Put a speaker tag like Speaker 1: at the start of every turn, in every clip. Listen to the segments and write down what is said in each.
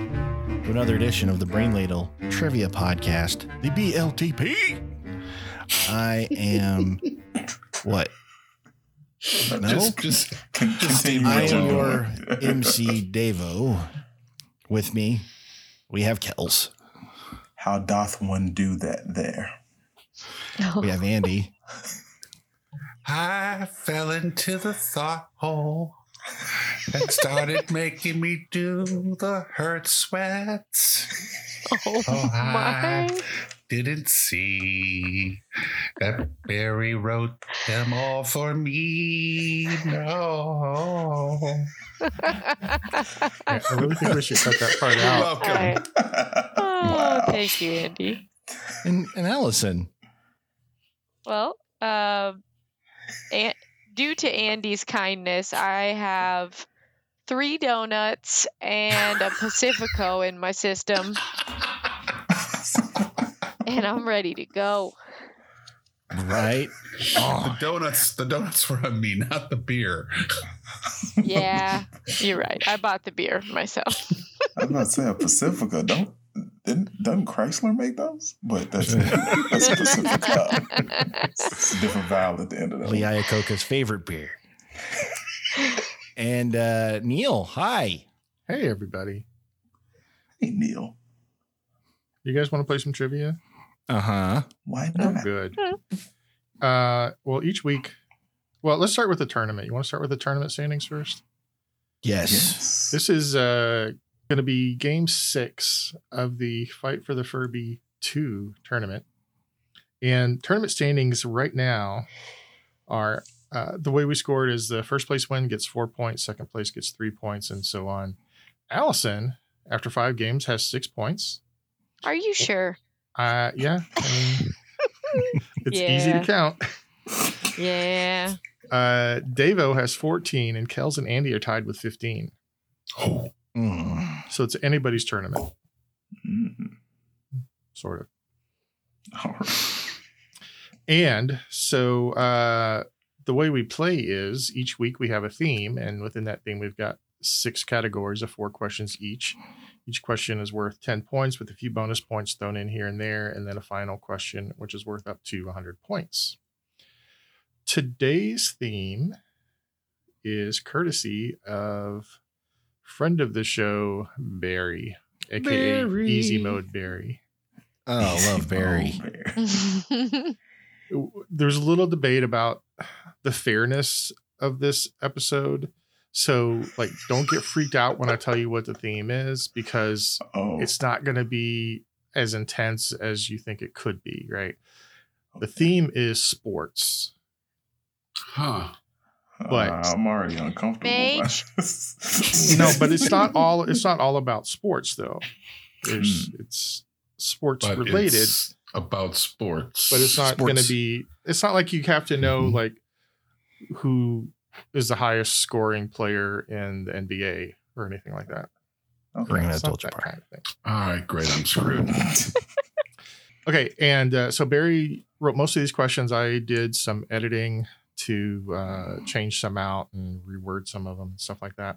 Speaker 1: to another edition of the Brain Ladle Trivia Podcast, the BLTP. I am what? No?
Speaker 2: Just, just con- continue.
Speaker 1: I
Speaker 2: what
Speaker 1: am
Speaker 2: you're
Speaker 1: your
Speaker 2: doing.
Speaker 1: MC Davo. With me, we have Kels.
Speaker 2: How doth one do that? There.
Speaker 1: We have Andy.
Speaker 3: I fell into the thought hole and started making me do the hurt sweats.
Speaker 4: Oh,
Speaker 3: Oh,
Speaker 4: my.
Speaker 3: I didn't see that Barry wrote them all for me. No.
Speaker 5: I I really think we should cut that part out.
Speaker 4: All right. Oh,
Speaker 2: Wow.
Speaker 4: thank you, Andy.
Speaker 1: And, and Allison.
Speaker 4: Well, um, and, due to Andy's kindness, I have three donuts and a Pacifico in my system, and I'm ready to go.
Speaker 1: Right.
Speaker 3: The donuts, the donuts were on me, not the beer.
Speaker 4: Yeah, you're right. I bought the beer myself.
Speaker 2: I was about to say a Pacifica. Don't didn't, doesn't Chrysler make those? But that's that's Pacifica. It's a different vibe at the end of that.
Speaker 1: Lee Iacocca's favorite beer. And uh, Neil, hi.
Speaker 5: Hey, everybody.
Speaker 2: Hey Neil,
Speaker 5: You guys want to play some trivia?
Speaker 1: Uh huh.
Speaker 2: why
Speaker 5: Oh,
Speaker 2: not?
Speaker 5: good. Uh, well, each week, well, let's start with the tournament. You want to start with the tournament standings first?
Speaker 1: Yes.
Speaker 2: Yes.
Speaker 5: This is uh, going to be game six of the Fight for the Furby 2 tournament. And tournament standings right now are uh, the way we scored is the first place win gets four points, second place gets three points, and so on. Allison, after five games, has six points.
Speaker 4: Are you sure?
Speaker 5: Uh, yeah. I mean, it's easy
Speaker 4: Yeah.
Speaker 5: to count.
Speaker 4: Yeah.
Speaker 5: Uh, Davo has 14, and Kels and Andy are tied with 15.
Speaker 3: Oh,
Speaker 2: Mm-hmm.
Speaker 1: Mm.
Speaker 5: So it's anybody's tournament, Mm.
Speaker 2: Mhm.
Speaker 5: sort of.
Speaker 2: All right.
Speaker 5: And so uh, the way we play is each week we have a theme, and within that theme, we've got six categories of four questions each. Each question is worth 10 points with a few bonus points thrown in here and there, and then a final question, which is worth up to 100 points. Today's theme is courtesy of friend of the show, Barry, aka
Speaker 3: Barry.
Speaker 5: Easy Mode Barry.
Speaker 1: Oh, love Barry.
Speaker 2: Oh, Barry.
Speaker 5: there's a little debate about the fairness of this episode. So, like, don't get freaked out when I tell you what the theme is because
Speaker 2: Oh,
Speaker 5: it's not going to be as intense as you think it could be, right? The theme is sports.
Speaker 3: huh.
Speaker 5: but-
Speaker 2: Uh, I'm already uncomfortable.
Speaker 4: Mage?
Speaker 5: No, but it's not all it's not all about sports though. There's it's sports
Speaker 3: Hmm. But
Speaker 5: related,
Speaker 3: it's about sports.
Speaker 5: but it's not going to
Speaker 1: sports.
Speaker 5: be it's not like you have to know like who is the highest scoring player in the NBA or anything like that.
Speaker 1: We're gonna
Speaker 5: It's not
Speaker 1: adult you
Speaker 5: that
Speaker 1: apart.
Speaker 5: kind of thing.
Speaker 3: All right, great. I'm screwed.
Speaker 5: Okay, and uh, so Barry wrote most of these questions. I did some editing to uh, change some out and reword some of them and stuff like that.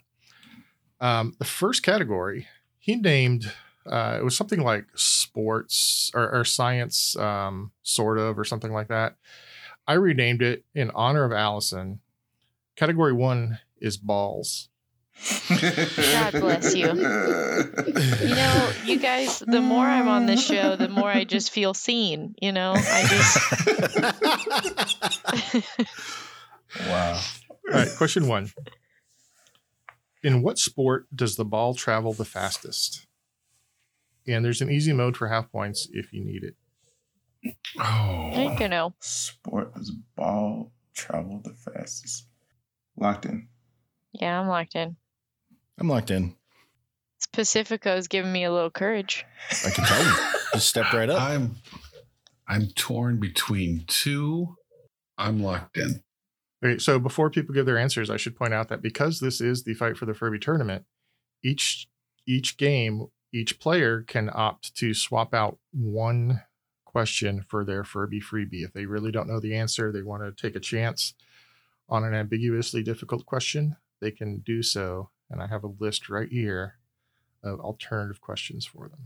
Speaker 5: Um, the first category he named uh, it was something like sports or, or science, um, sort of, or something like that. I renamed it in honor of Allison. Category one is balls.
Speaker 4: God bless you. You know, you guys, the more I'm on this show, the more I just feel seen, you know? I just
Speaker 2: wow.
Speaker 5: All right, question one. In what sport does the ball travel the fastest? And there's an easy mode for half points if you need it.
Speaker 4: I
Speaker 3: Oh,
Speaker 4: don't know.
Speaker 2: Sport is ball travel the fastest. Locked in.
Speaker 4: Yeah, I'm locked in.
Speaker 1: I'm locked in.
Speaker 4: This Pacifico's giving me a little courage.
Speaker 1: I can tell you. Just step right up.
Speaker 3: I'm I'm torn between two. I'm locked in.
Speaker 5: Okay, so before people give their answers, I should point out that because this is the fight for the Furby tournament, each each game, each player can opt to swap out one question for their Furby freebie. If they really don't know the answer, they want to take a chance on an ambiguously difficult question, they can do so. And I have a list right here of alternative questions for them.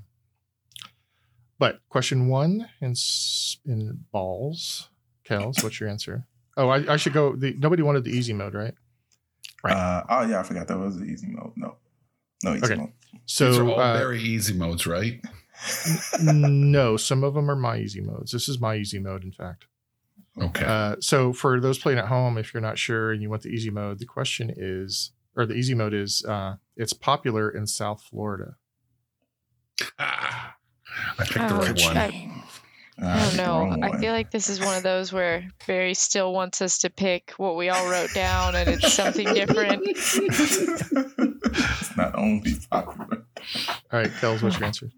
Speaker 5: But question one in s- in balls, Kels, what's your answer? Oh, I, I should go. The, nobody wanted the easy mode, right? Right.
Speaker 2: Uh, oh yeah, I forgot that was the easy mode. No, no easy
Speaker 5: Okay.
Speaker 2: mode.
Speaker 3: These are
Speaker 5: So
Speaker 3: all
Speaker 5: uh,
Speaker 3: very easy modes, right?
Speaker 5: no, some of them are my easy modes. This is my easy mode, in fact.
Speaker 3: Okay.
Speaker 5: Uh, so for those playing at home, if you're not sure and you want the easy mode, the question is, or the easy mode is, uh, it's popular in South Florida.
Speaker 3: Ah, I picked the
Speaker 4: Oh,
Speaker 3: right one.
Speaker 4: I- I
Speaker 2: Uh,
Speaker 4: don't know.
Speaker 2: wrong
Speaker 4: I
Speaker 2: Uh, one.
Speaker 4: feel like this is one of those where Barry still wants us to pick what we all wrote down and it's something different.
Speaker 2: it's not only popular.
Speaker 5: All right, Kels, what's your answer?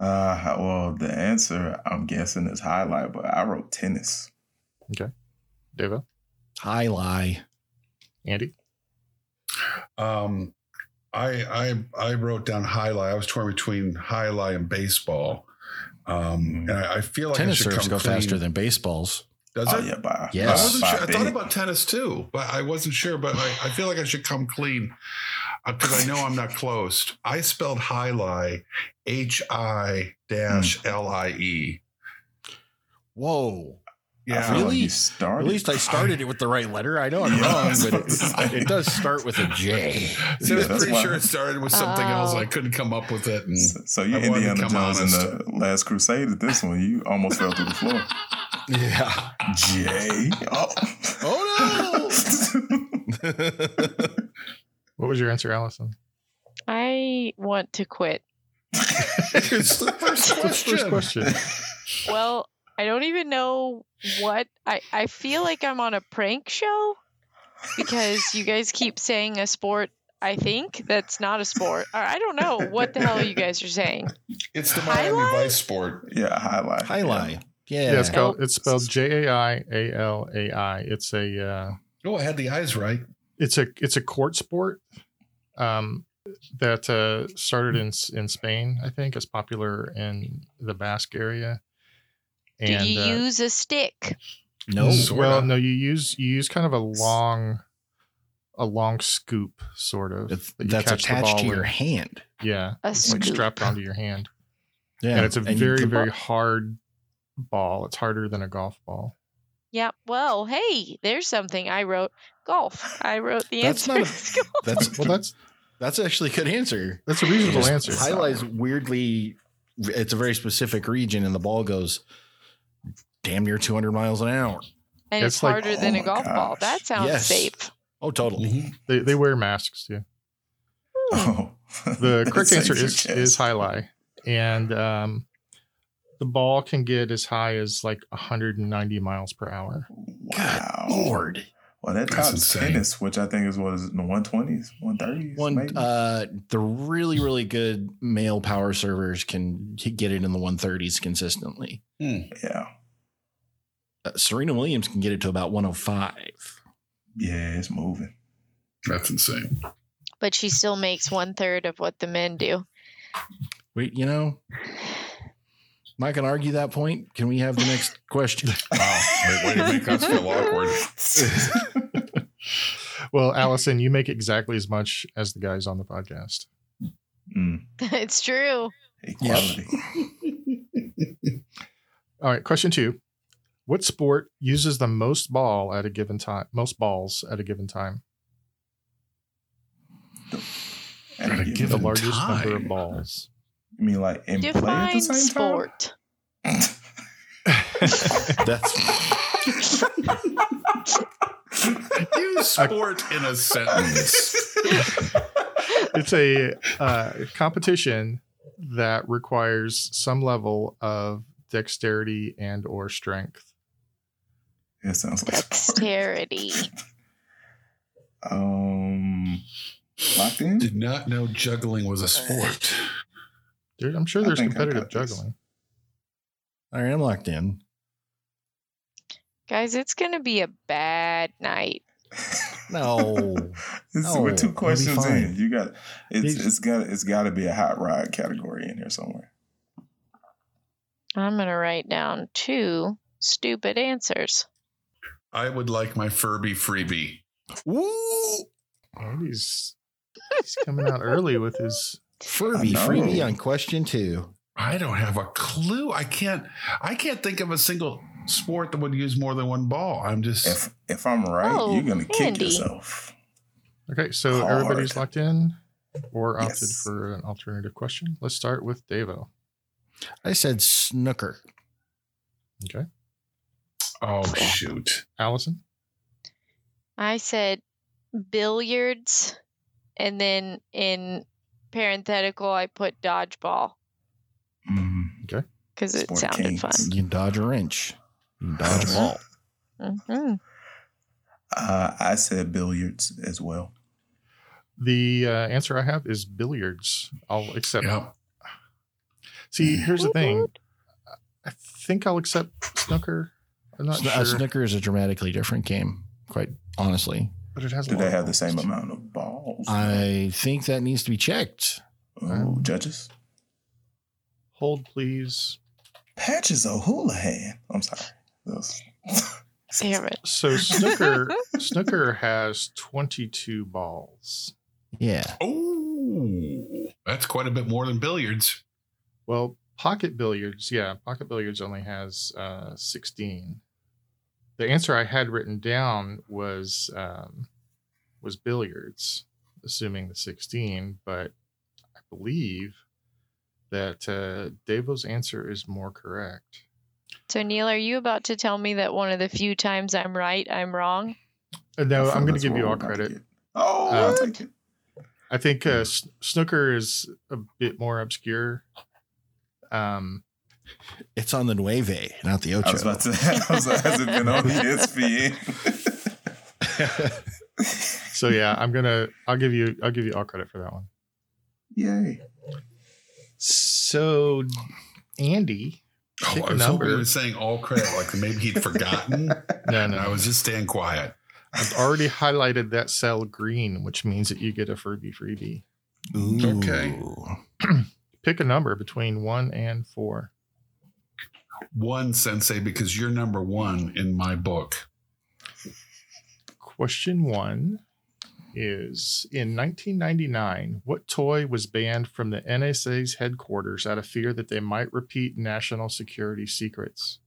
Speaker 2: Uh, well, the answer I'm guessing is highlight, but I wrote tennis.
Speaker 5: Deva,
Speaker 1: High lie.
Speaker 5: Andy,
Speaker 3: Um, I I I wrote down highlight. I was torn between highlight and baseball.
Speaker 5: Mm.
Speaker 3: Um, and I, I feel like
Speaker 6: Tennis
Speaker 3: I should
Speaker 6: serves
Speaker 3: come
Speaker 6: go
Speaker 3: clean.
Speaker 6: faster than baseballs.
Speaker 3: Does
Speaker 2: oh
Speaker 3: it?
Speaker 2: yeah, by
Speaker 6: Yes.
Speaker 3: I wasn't
Speaker 2: by
Speaker 3: sure. I thought
Speaker 2: big.
Speaker 3: about tennis too, but I wasn't sure. But I, I feel like I should come clean because I know I'm not close. I spelled highlight, H I dash L I E.
Speaker 6: Whoa.
Speaker 2: I
Speaker 3: Yeah,
Speaker 2: feel like
Speaker 6: Really?
Speaker 2: you started.
Speaker 6: At least I started it with the right letter. I know I'm
Speaker 2: Yeah,
Speaker 6: wrong,
Speaker 2: that's
Speaker 6: but
Speaker 2: what I'm
Speaker 6: it,
Speaker 2: saying.
Speaker 6: it does start with a J.
Speaker 3: so I was
Speaker 2: Yeah, that's
Speaker 3: pretty
Speaker 2: why-
Speaker 3: sure it started with something else.
Speaker 4: Oh.
Speaker 3: I couldn't come up with it. And
Speaker 2: So, so you
Speaker 3: I wanted to
Speaker 2: Indiana
Speaker 3: come
Speaker 2: Jones in
Speaker 3: honest.
Speaker 2: the Last Crusade at this one. You almost fell through the floor.
Speaker 6: Yeah.
Speaker 2: Jay. Oh.
Speaker 6: Oh, no.
Speaker 5: what was your answer, Allison?
Speaker 4: I want to quit.
Speaker 3: it's the first
Speaker 5: What's the
Speaker 3: question.
Speaker 5: first question?
Speaker 4: Well, I don't even know what I I feel like I'm on a prank show because you guys keep saying a sport I think that's not a sport. Or I don't know what the hell you guys are saying.
Speaker 3: It's the Miami
Speaker 4: Highlight?
Speaker 3: Vice sport.
Speaker 2: yeah, highlight.
Speaker 6: High lie.
Speaker 5: Yeah,
Speaker 6: Yeah.
Speaker 5: it's called it's spelled J A I A L A I. It's a uh,
Speaker 3: Oh, I had the eyes right.
Speaker 5: it's a it's a court sport um, that uh, started in S- in Spain. I think it's popular in the Basque area.
Speaker 4: Do you
Speaker 5: uh,
Speaker 4: use a stick?
Speaker 6: No.
Speaker 3: Sorta.
Speaker 5: Well, no, you use you use kind of a long, a long scoop, sort of.
Speaker 6: It's-
Speaker 5: that you
Speaker 6: that's
Speaker 5: catch the
Speaker 6: attached to
Speaker 5: ball
Speaker 6: your
Speaker 5: with.
Speaker 6: hand.
Speaker 5: Yeah,
Speaker 4: A
Speaker 5: it's like
Speaker 4: scoop.
Speaker 5: strapped onto your hand,
Speaker 6: Yeah.
Speaker 5: and it's a
Speaker 6: you-
Speaker 5: very
Speaker 6: the
Speaker 5: very
Speaker 6: ball-
Speaker 5: hard ball. It's harder than a golf ball.
Speaker 4: Yeah. Well, hey, there's something I wrote. Golf. I wrote the
Speaker 6: That's
Speaker 4: answer.
Speaker 6: not a-
Speaker 4: is golf.
Speaker 6: That's
Speaker 5: Well, that's
Speaker 6: that's actually a good answer.
Speaker 5: that's a reasonable
Speaker 6: Just
Speaker 5: answer.
Speaker 2: hi-
Speaker 6: Highlights weirdly. It's a very specific region, and the ball goes damn near 200 miles an hour.
Speaker 4: and it's,
Speaker 5: It's like-
Speaker 4: harder than
Speaker 2: Oh
Speaker 4: a
Speaker 2: my
Speaker 4: golf ball.
Speaker 2: gosh.
Speaker 4: That sounds
Speaker 6: Yes.
Speaker 4: safe.
Speaker 6: Oh, totally.
Speaker 5: They, they wear masks too.
Speaker 4: Hmm.
Speaker 2: Oh.
Speaker 5: The
Speaker 2: That
Speaker 5: correct answer
Speaker 2: saves
Speaker 5: is
Speaker 2: your
Speaker 5: is
Speaker 2: chest.
Speaker 5: high lie, and um, the ball can get as high as like 190 miles per hour. Mm-hmm.
Speaker 2: Wow.
Speaker 6: Lord.
Speaker 2: Well, that tops
Speaker 3: That's insane.
Speaker 2: tennis, which I think is what is it in the one twenties, one thirties, maybe.
Speaker 6: One, uh, the really, really good male power servers can get it in the 130s consistently.
Speaker 2: yeah,
Speaker 6: Uh, Serena Williams can get it to about 105.
Speaker 2: yeah, it's moving.
Speaker 3: That's insane.
Speaker 4: But she still makes one third of what the men do.
Speaker 6: We, you know, am I can argue that point. Can we have the next question?
Speaker 3: Wow. Way, way to make us feel awkward.
Speaker 5: Well, Allison, you make exactly as much as the guys on the podcast.
Speaker 2: Mm,
Speaker 4: it's true.
Speaker 2: equality.
Speaker 5: All right, question two. What sport uses the most ball at a given time? Most balls at a given time.
Speaker 2: And
Speaker 3: Gotta
Speaker 2: you-
Speaker 3: give
Speaker 5: The
Speaker 3: Given
Speaker 5: largest number
Speaker 3: time.
Speaker 5: of balls.
Speaker 2: you mean like in play at the
Speaker 4: Define
Speaker 2: same
Speaker 4: sport.
Speaker 2: time?
Speaker 6: That's
Speaker 3: Use sport in a sentence.
Speaker 5: It's a uh, competition that requires some level of dexterity and or strength.
Speaker 2: it sounds like sport.
Speaker 4: Dexterity.
Speaker 2: Um, locked in.
Speaker 3: Did not know juggling was a sport.
Speaker 5: There, I'm sure
Speaker 2: I
Speaker 5: there's
Speaker 2: think I got
Speaker 5: competitive
Speaker 2: this.
Speaker 5: juggling.
Speaker 6: all right. I'm locked in.
Speaker 4: Guys, it's going to be a bad night.
Speaker 6: No,
Speaker 2: This-
Speaker 6: No,
Speaker 2: we're
Speaker 6: it'll
Speaker 2: two
Speaker 6: be
Speaker 2: questions in.
Speaker 6: fine.
Speaker 2: You got it's
Speaker 6: These-
Speaker 2: it's got it's got to be a hot rod category in here somewhere.
Speaker 4: I'm going to write down two stupid answers.
Speaker 3: I would like my Furby freebie.
Speaker 6: Woo!
Speaker 5: Oh, Andy's he's coming out early with his
Speaker 6: Furby
Speaker 2: I know.
Speaker 6: freebie on question two.
Speaker 3: I don't have a clue. I can't. I can't think of a single sport that would use more than one ball. I'm just.
Speaker 2: If if I'm right,
Speaker 4: Oh,
Speaker 2: you're gonna kick
Speaker 4: Andy.
Speaker 2: yourself.
Speaker 5: Okay, so everybody's
Speaker 2: Hard.
Speaker 5: locked in or opted
Speaker 2: Yes.
Speaker 5: for an alternative question. Let's start with Davo.
Speaker 6: I said snooker.
Speaker 5: Okay.
Speaker 3: oh shoot!
Speaker 5: Allison.
Speaker 4: I said billiards, and then in parenthetical, I put dodgeball
Speaker 2: Mm,
Speaker 4: because it
Speaker 2: Sport
Speaker 4: sounded
Speaker 2: kings.
Speaker 4: fun.
Speaker 6: You can dodge a wrench. You can dodge a ball.
Speaker 4: Mhm.
Speaker 2: Uh, I said billiards as well.
Speaker 5: The uh, answer I have is billiards. I'll accept.
Speaker 3: Yeah.
Speaker 5: See, here's the thing.
Speaker 4: Woot
Speaker 5: I think I'll accept snooker. I'm not
Speaker 6: Sn-
Speaker 5: sure,
Speaker 6: uh, snooker is a dramatically different game, quite honestly.
Speaker 5: but it has. a
Speaker 2: Do
Speaker 5: lot
Speaker 2: they
Speaker 5: of
Speaker 2: have the same
Speaker 5: rules.
Speaker 2: amount of balls?
Speaker 6: I think that needs to be checked.
Speaker 2: Ooh, judges.
Speaker 5: Hold, please.
Speaker 2: Patches O'Houlihan. I'm sorry. Those-
Speaker 4: woot. Damn it!
Speaker 5: So snooker, snooker has 22 balls.
Speaker 6: Yeah.
Speaker 3: Oh, that's quite a bit more than billiards.
Speaker 5: Well, pocket billiards, yeah, pocket billiards only has uh, 16. The answer I had written down was um, was billiards, assuming the 16, but I believe that uh, Davo's answer is more correct.
Speaker 4: So Neil, are you about to tell me that one of the few times I'm right, I'm wrong?
Speaker 5: Uh,
Speaker 2: I
Speaker 5: No,
Speaker 2: feel
Speaker 5: I'm going to
Speaker 2: that's
Speaker 5: give
Speaker 2: what
Speaker 5: you
Speaker 2: we're
Speaker 5: all
Speaker 2: about to
Speaker 5: credit.
Speaker 2: get. Oh,
Speaker 5: Uh,
Speaker 2: I'll take it.
Speaker 5: I think uh, s- snooker is a bit more obscure. Um,
Speaker 6: It's on the Nueve, not the
Speaker 2: I was
Speaker 6: Ocho.
Speaker 2: about to. I was like, has it been on ESPN?
Speaker 5: so yeah, I'm gonna. I'll give you. I'll give you all credit for that one.
Speaker 2: Yay!
Speaker 5: So, Andy.
Speaker 3: Oh,
Speaker 5: Pick
Speaker 3: I
Speaker 5: a
Speaker 3: was hoping
Speaker 5: number.
Speaker 3: he was saying all credit, like maybe he'd forgotten,
Speaker 5: No,
Speaker 3: and I
Speaker 5: no,
Speaker 3: was just staying quiet.
Speaker 5: I've already highlighted that cell green, which means that you get a Furby freebie.
Speaker 6: Ooh.
Speaker 3: Okay.
Speaker 5: Pick a number between one and four.
Speaker 3: One sensei, because you're number one in my book.
Speaker 5: Question one is In 1999, what toy was banned from the NSA's headquarters out of fear that they might repeat national security secrets?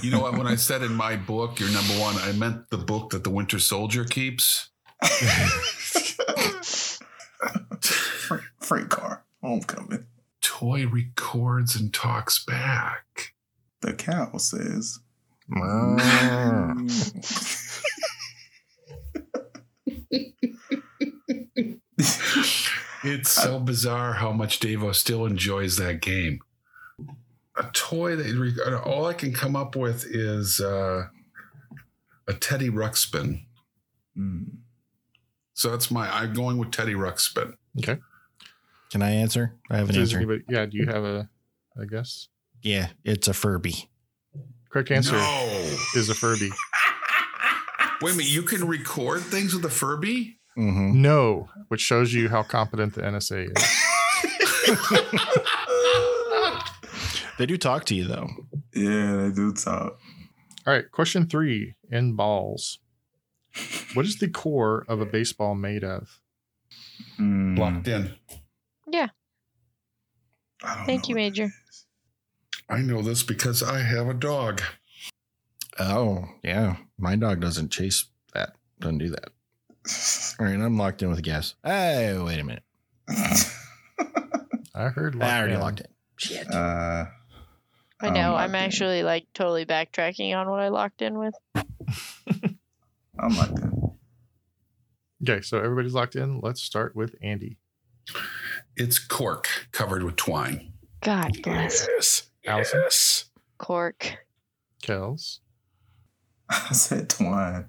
Speaker 3: You know what? When I said in my book, you're number one, I meant the book that the Winter Soldier keeps.
Speaker 2: freight, freight car homecoming.
Speaker 3: Toy records and talks back.
Speaker 2: The cow says.
Speaker 6: Mm.
Speaker 3: It's so bizarre how much Davo still enjoys that game. A toy that re- all I can come up with is uh, a Teddy Ruxpin.
Speaker 2: Mm.
Speaker 3: So that's my. I'm going with Teddy Ruxpin.
Speaker 6: Can I answer? I have an
Speaker 5: Does
Speaker 6: answer.
Speaker 5: anybody- yeah, do you have a, I guess?
Speaker 6: Yeah, it's a Furby.
Speaker 5: Correct answer
Speaker 3: No.
Speaker 5: is a Furby.
Speaker 3: Wait a minute. You can record things with a Furby.
Speaker 6: Mm-hmm.
Speaker 5: No, which shows you how competent the NSA is.
Speaker 6: They do talk to you though.
Speaker 2: yeah, they do talk.
Speaker 5: All right, question three in balls. What is the core of a baseball made of?
Speaker 2: Mm,
Speaker 3: Locked in.
Speaker 2: I don't know
Speaker 4: Thank you,
Speaker 2: what
Speaker 4: Major.
Speaker 3: I know this because I have a dog.
Speaker 6: Oh, yeah. My dog doesn't chase that. Doesn't do that.
Speaker 2: that
Speaker 6: All right, I'm locked in with a guess. Hey, wait a minute.
Speaker 2: is.
Speaker 5: I heard.
Speaker 6: I already
Speaker 5: lockdown.
Speaker 6: locked in. Shit.
Speaker 2: uh,
Speaker 4: I know.
Speaker 2: I'm
Speaker 4: I'm
Speaker 2: locked in.
Speaker 4: actually like totally backtracking on what I locked in with.
Speaker 2: I'm like that.
Speaker 5: Okay, so everybody's locked in. Let's start with Andy.
Speaker 3: It's cork covered with twine.
Speaker 4: God bless
Speaker 5: Allison?
Speaker 3: Yes.
Speaker 4: Cork.
Speaker 5: Kels,
Speaker 2: I said twine.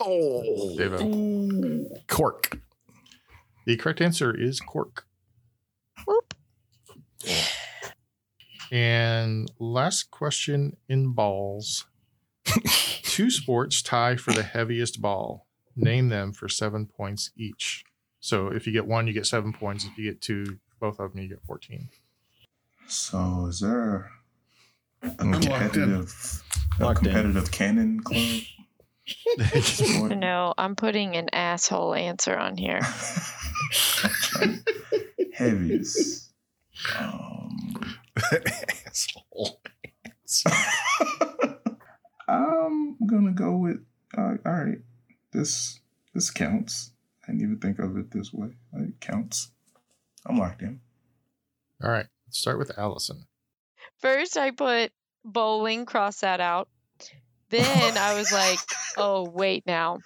Speaker 6: Oh,
Speaker 5: Davo.
Speaker 6: cork.
Speaker 5: The correct answer is cork.
Speaker 4: Whoop.
Speaker 5: And last question in balls. Two sports tie for the heaviest ball. Name them for seven points each. So if you get one, you get seven points. If you get two, both of them, you get 14.
Speaker 2: So is there a
Speaker 3: locked in.
Speaker 2: competitive, a
Speaker 6: Locked in.
Speaker 2: competitive cannon club? Sport?
Speaker 4: No, I'm putting an asshole answer on here.
Speaker 2: I'm trying- heavies. Um,
Speaker 6: Asshole.
Speaker 2: Um, I'm gonna go with uh, all right. This this counts. I didn't even think of it this way. It counts. I'm locked in.
Speaker 5: All right. Let's start with Allison.
Speaker 4: First, I put bowling, cross that out. Then I was like, oh, wait now.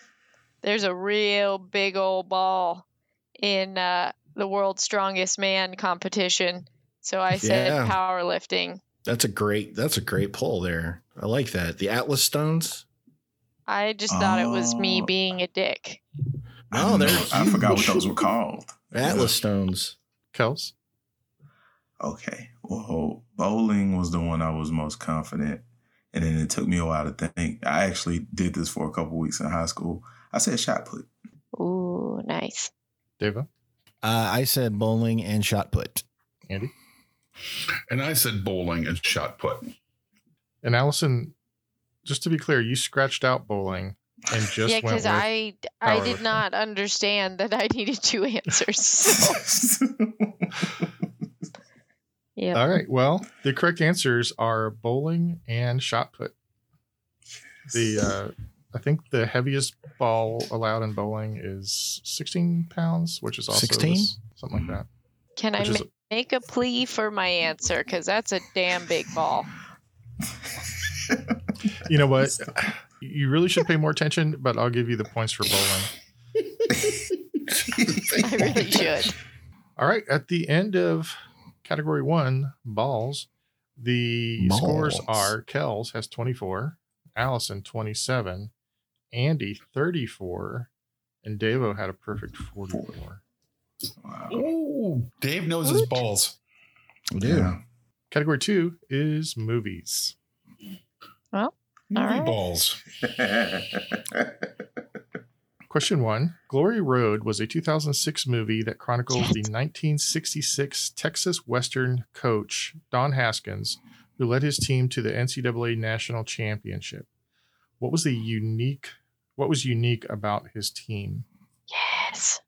Speaker 4: There's a real big old ball in uh, the world's strongest man competition. So I said
Speaker 6: Yeah.
Speaker 4: powerlifting.
Speaker 6: That's a great. That's a great pull there. I like that. The Atlas stones.
Speaker 4: I just thought it was me
Speaker 2: Oh.
Speaker 4: being a dick.
Speaker 2: I
Speaker 6: Oh,
Speaker 2: don't
Speaker 6: they're
Speaker 2: know. I forgot what those were called.
Speaker 6: Atlas stones.
Speaker 5: Kels.
Speaker 2: Okay. Well, bowling was the one I was most confident. And then it took me a while to think. I actually did this for a couple weeks in high school. I said shot put.
Speaker 4: Ooh, nice.
Speaker 5: Deva.
Speaker 6: Uh, I said bowling and shot put.
Speaker 5: Andy.
Speaker 3: And I said bowling and shot put.
Speaker 5: And Allison, just to be clear, you scratched out bowling and just
Speaker 4: yeah,
Speaker 5: went
Speaker 4: because
Speaker 5: with.
Speaker 4: I I did
Speaker 5: powerlifting.
Speaker 4: not understand that I needed two answers. yeah.
Speaker 5: All right. Well, the correct answers are bowling and shot put. The uh, I think the heaviest ball allowed in bowling is 16 pounds, which is also
Speaker 6: 16?
Speaker 5: this- something like that.
Speaker 4: Can Mm-hmm. I
Speaker 5: Which is
Speaker 4: ma- make a plea for my answer? Because that's a damn big ball.
Speaker 5: you know what? You really should pay more attention, but I'll give you the points for bowling.
Speaker 4: I really should.
Speaker 5: All right. At the end of category one, balls, the scores
Speaker 6: Balls.
Speaker 5: are Kells has 24, Allison 27, Andy 34, and Davo had a perfect 44.
Speaker 2: Wow.
Speaker 3: Oh, Dave knows his balls.
Speaker 2: Yeah.
Speaker 5: Category two is movies.
Speaker 4: All
Speaker 3: Movie
Speaker 4: right.
Speaker 3: balls.
Speaker 5: Question one Glory Road was a 2006 movie that chronicles the 1966 Texas Western coach, Don Haskins, who led his team to the NCAA National Championship. What was the unique what was unique about his team?
Speaker 4: Yes.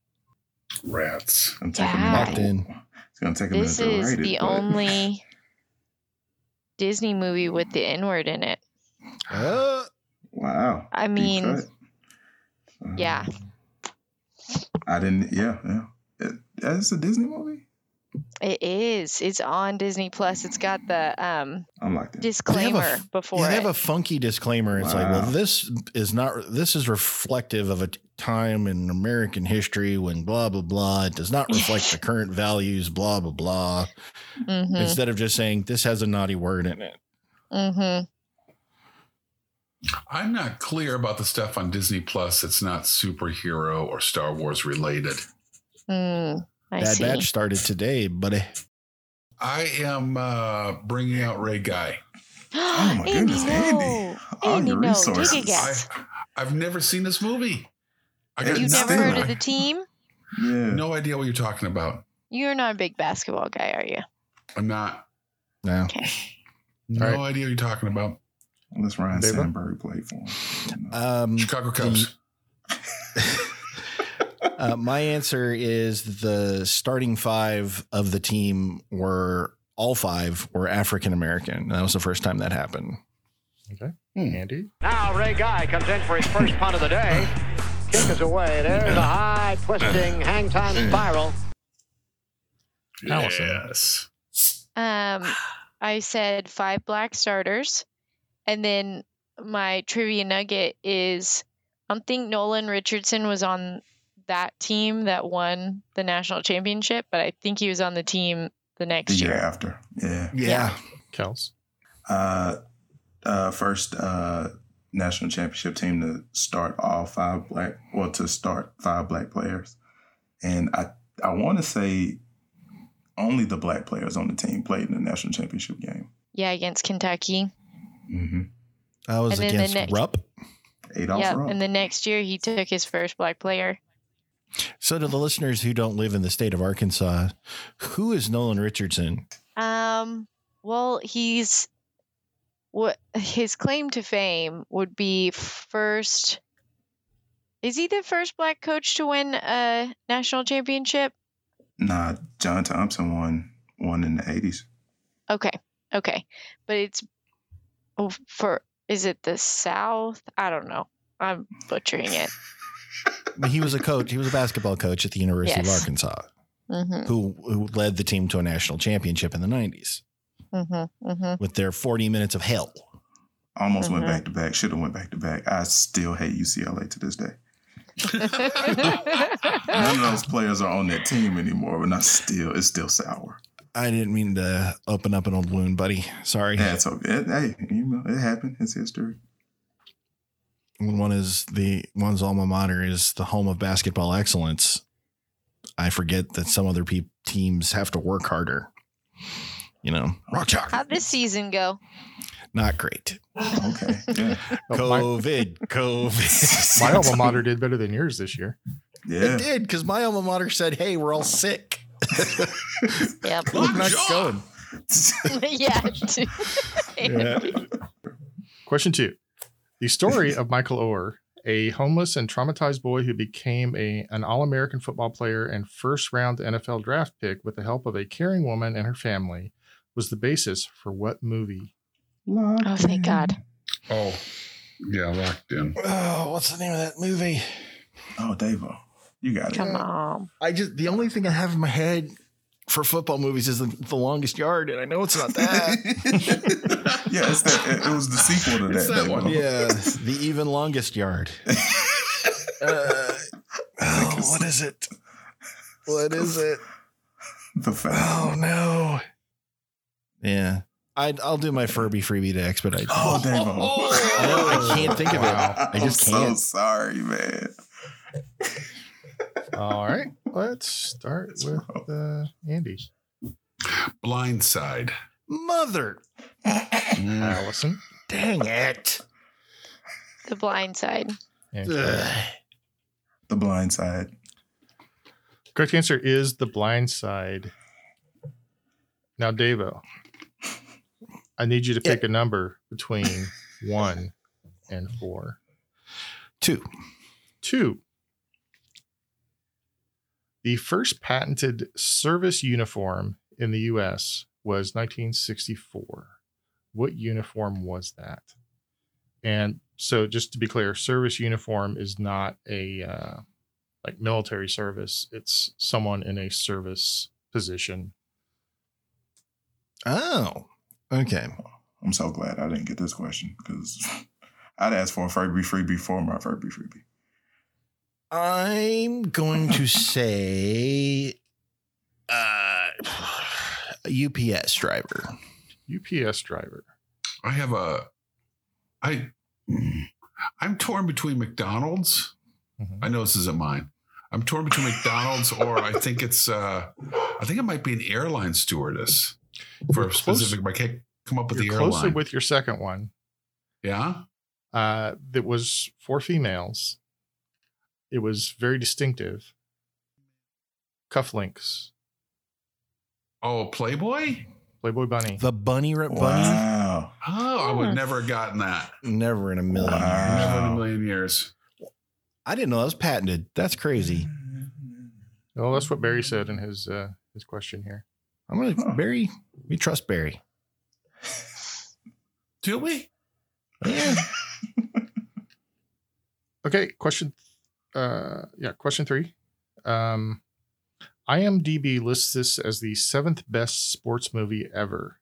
Speaker 3: Rats.
Speaker 2: I'm taking
Speaker 4: Wow.
Speaker 6: Locked in.
Speaker 2: It's gonna take a
Speaker 4: This
Speaker 2: minute to
Speaker 4: is
Speaker 2: write it.
Speaker 4: the
Speaker 2: but-
Speaker 4: only Disney movie with the N word in it.
Speaker 6: Uh,
Speaker 2: Wow.
Speaker 4: I
Speaker 2: Deep
Speaker 4: mean,
Speaker 2: cut. Um,
Speaker 4: yeah.
Speaker 2: I didn't. Yeah, yeah. It, that's a Disney movie.
Speaker 4: It is. It's on Disney Plus. It's got the um,
Speaker 2: I'm locked in.
Speaker 4: disclaimer
Speaker 6: f-
Speaker 4: before
Speaker 6: yeah, they
Speaker 4: it.
Speaker 6: have a funky disclaimer. It's like,
Speaker 2: Wow.
Speaker 6: well, this is not. This is reflective of a t- time in American history when blah blah blah. It does not reflect the current values. Blah blah blah.
Speaker 4: mm-hmm,
Speaker 6: Instead of just saying this has a naughty word in it.
Speaker 4: mm-hmm.
Speaker 3: I'm not clear about the stuff on Disney Plus that's not superhero or Star Wars related.
Speaker 4: Mm, I
Speaker 6: Bad
Speaker 4: see.
Speaker 6: Batch started today, eh, buddy.
Speaker 3: I am uh, bringing out Ray Guy.
Speaker 2: Oh my goodness, Andy! All
Speaker 4: Andy,
Speaker 2: your
Speaker 4: no. Take a
Speaker 2: resources.
Speaker 4: guess.
Speaker 3: I, I've never seen this movie. I got
Speaker 4: You
Speaker 2: It's
Speaker 4: never
Speaker 3: nothing.
Speaker 4: heard
Speaker 2: Disney.
Speaker 4: of the team?
Speaker 2: Yeah.
Speaker 3: I- no idea what you're talking about.
Speaker 4: You're not a big basketball guy, are you?
Speaker 3: I'm not.
Speaker 6: No.
Speaker 3: No
Speaker 5: All
Speaker 3: idea what you're talking about.
Speaker 2: Unless Ryan
Speaker 5: Deva?
Speaker 2: Sandberg played for him.
Speaker 6: Um,
Speaker 3: Chicago Cubs.
Speaker 6: uh, my answer is the starting five of the team were all five were African American. That was the first time that happened.
Speaker 5: Andy?
Speaker 7: Now Ray Guy comes in for his first punt of the day. Kick is away. There's a high twisting hang time spiral.
Speaker 5: Allison.
Speaker 3: Yes.
Speaker 4: Um, I said five black starters, and then my trivia nugget is I don't think Nolan Richardson was on that team that won the national championship, but I think he was on the team the
Speaker 2: The
Speaker 4: next
Speaker 2: year
Speaker 4: year.
Speaker 2: after. Yeah.
Speaker 4: Yeah.
Speaker 5: Kels.
Speaker 2: Uh, uh, first uh, national championship team to start all five black, well, to start five black players, and I I want to say only the black players on the team played in the national championship game.
Speaker 4: Yeah, against Kentucky.
Speaker 2: Mm-hmm.
Speaker 6: I was
Speaker 4: And then the
Speaker 6: against
Speaker 4: next-
Speaker 6: Rupp.
Speaker 2: Adolph
Speaker 4: Yeah,
Speaker 2: Rupp.
Speaker 4: and the next year he took his first black player.
Speaker 6: So, to the listeners who don't live in the state of Arkansas, who is Nolan Richardson?
Speaker 4: Um, well, he's what his claim to fame would be first. Is he the first black coach to win a national championship?
Speaker 2: Nah, John Thompson won one in the eighties.
Speaker 4: Okay. Okay. But it's oh, for is it the South? I don't know. I'm butchering it.
Speaker 6: He was a coach. He was a basketball coach at the University
Speaker 4: Yes.
Speaker 6: of Arkansas,
Speaker 4: Mm-hmm.
Speaker 6: who, who led the team to a national championship in the '90s
Speaker 4: Mm-hmm. Mm-hmm.
Speaker 6: with their 40 minutes of hell.
Speaker 2: Almost went
Speaker 4: Mhm.
Speaker 2: back to back. Should have went back to back. I still hate UCLA to this day.
Speaker 4: mm-hmm.
Speaker 2: None of those players are on that team anymore, but I still it's still sour.
Speaker 6: I didn't mean to open up an old wound, buddy. Sorry.
Speaker 2: That's okay. It- hey, you know it happened. It's history.
Speaker 6: One is the one's alma mater is the home of basketball excellence. I forget that some other peop teams have to work harder. You know, rock chalk.
Speaker 4: How'd this season go?
Speaker 6: Not great.
Speaker 2: Okay, yeah,
Speaker 5: But my,
Speaker 6: COVID, COVID.
Speaker 5: my alma mater did better than yours this year.
Speaker 2: yeah.
Speaker 6: It did because my alma mater said, "Hey, we're all sick.
Speaker 4: Yep.
Speaker 6: We're not going."
Speaker 4: yeah.
Speaker 5: Question two: The story of Michael Orr, a homeless and traumatized boy who became a an All American football player and first round NFL draft pick with the help of a caring woman and her family, was the basis for what movie?
Speaker 4: Oh, thank God.
Speaker 3: oh, yeah, locked in.
Speaker 6: Oh, what's the name of that movie?
Speaker 2: Oh, Davo, you got it.
Speaker 4: Come on.
Speaker 6: I just the only thing I have in my head for football movies is the, the longest yard, and I know it's not that.
Speaker 2: yeah, it's that, it, it was the sequel to that.
Speaker 3: It's that
Speaker 2: Davo.
Speaker 3: one.
Speaker 6: yeah, the even longest yard. Uh, oh, what is it? What is it?
Speaker 2: The fact.
Speaker 6: Oh no. Yeah, i I'll do my Furby freebie to expedite.
Speaker 2: Oh, Davo.
Speaker 6: No,
Speaker 4: Oh.
Speaker 6: I can't think of it. I just
Speaker 2: am
Speaker 6: can't.
Speaker 2: so sorry, man.
Speaker 5: All right, let's start
Speaker 2: That's
Speaker 5: with uh, Andy.
Speaker 3: Blindside.
Speaker 6: Mother,
Speaker 5: Allison.
Speaker 6: dang it!
Speaker 4: The blind side.
Speaker 5: And uh,
Speaker 6: Ugh.
Speaker 2: The Blind Side.
Speaker 5: correct answer is The Blind Side. Now, Davo, I need you to pick a number between one and four.
Speaker 6: Two.
Speaker 5: Two. The first patented service uniform in the US was 1964. What uniform was that? And so, just to be clear, service uniform is not a uh, like military service, it's someone in a service position.
Speaker 6: Oh, okay.
Speaker 2: I'm so glad I didn't get this question because I'd asked for a Furby freebie for my Furby freebie.
Speaker 6: I'm going to say uh, UPS driver.
Speaker 5: UPS driver.
Speaker 3: I have a I I'm torn between McDonald's.
Speaker 5: Mhm.
Speaker 3: I know this isn't mine. I'm torn between McDonald's or I think it's uh I think it might be an airline stewardess for
Speaker 5: You're
Speaker 3: a
Speaker 5: close-
Speaker 3: specific but I can't come up with
Speaker 5: You're
Speaker 3: the
Speaker 5: closer
Speaker 3: airline.
Speaker 5: with your second one.
Speaker 3: yeah?
Speaker 5: uh, that was for females. It was very distinctive. Cufflinks,
Speaker 3: Oh, Playboy?
Speaker 5: Playboy Bunny.
Speaker 6: The bunny rip bunny?
Speaker 2: Wow.
Speaker 3: Oh, I
Speaker 4: Yeah.
Speaker 3: would never have gotten that.
Speaker 6: Never in a million.
Speaker 2: Wow.
Speaker 6: years.
Speaker 3: Never in a
Speaker 2: Wow.
Speaker 3: million years.
Speaker 6: I didn't know that was patented. That's crazy.
Speaker 5: Oh, that's what Barry said in his uh, his question here.
Speaker 6: I'm going to
Speaker 2: Huh.
Speaker 6: Barry. We trust Barry.
Speaker 3: Do we?
Speaker 6: Yeah.
Speaker 5: Okay, question. Uh, yeah, question three. Um, IMDb lists this as the seventh best sports movie ever.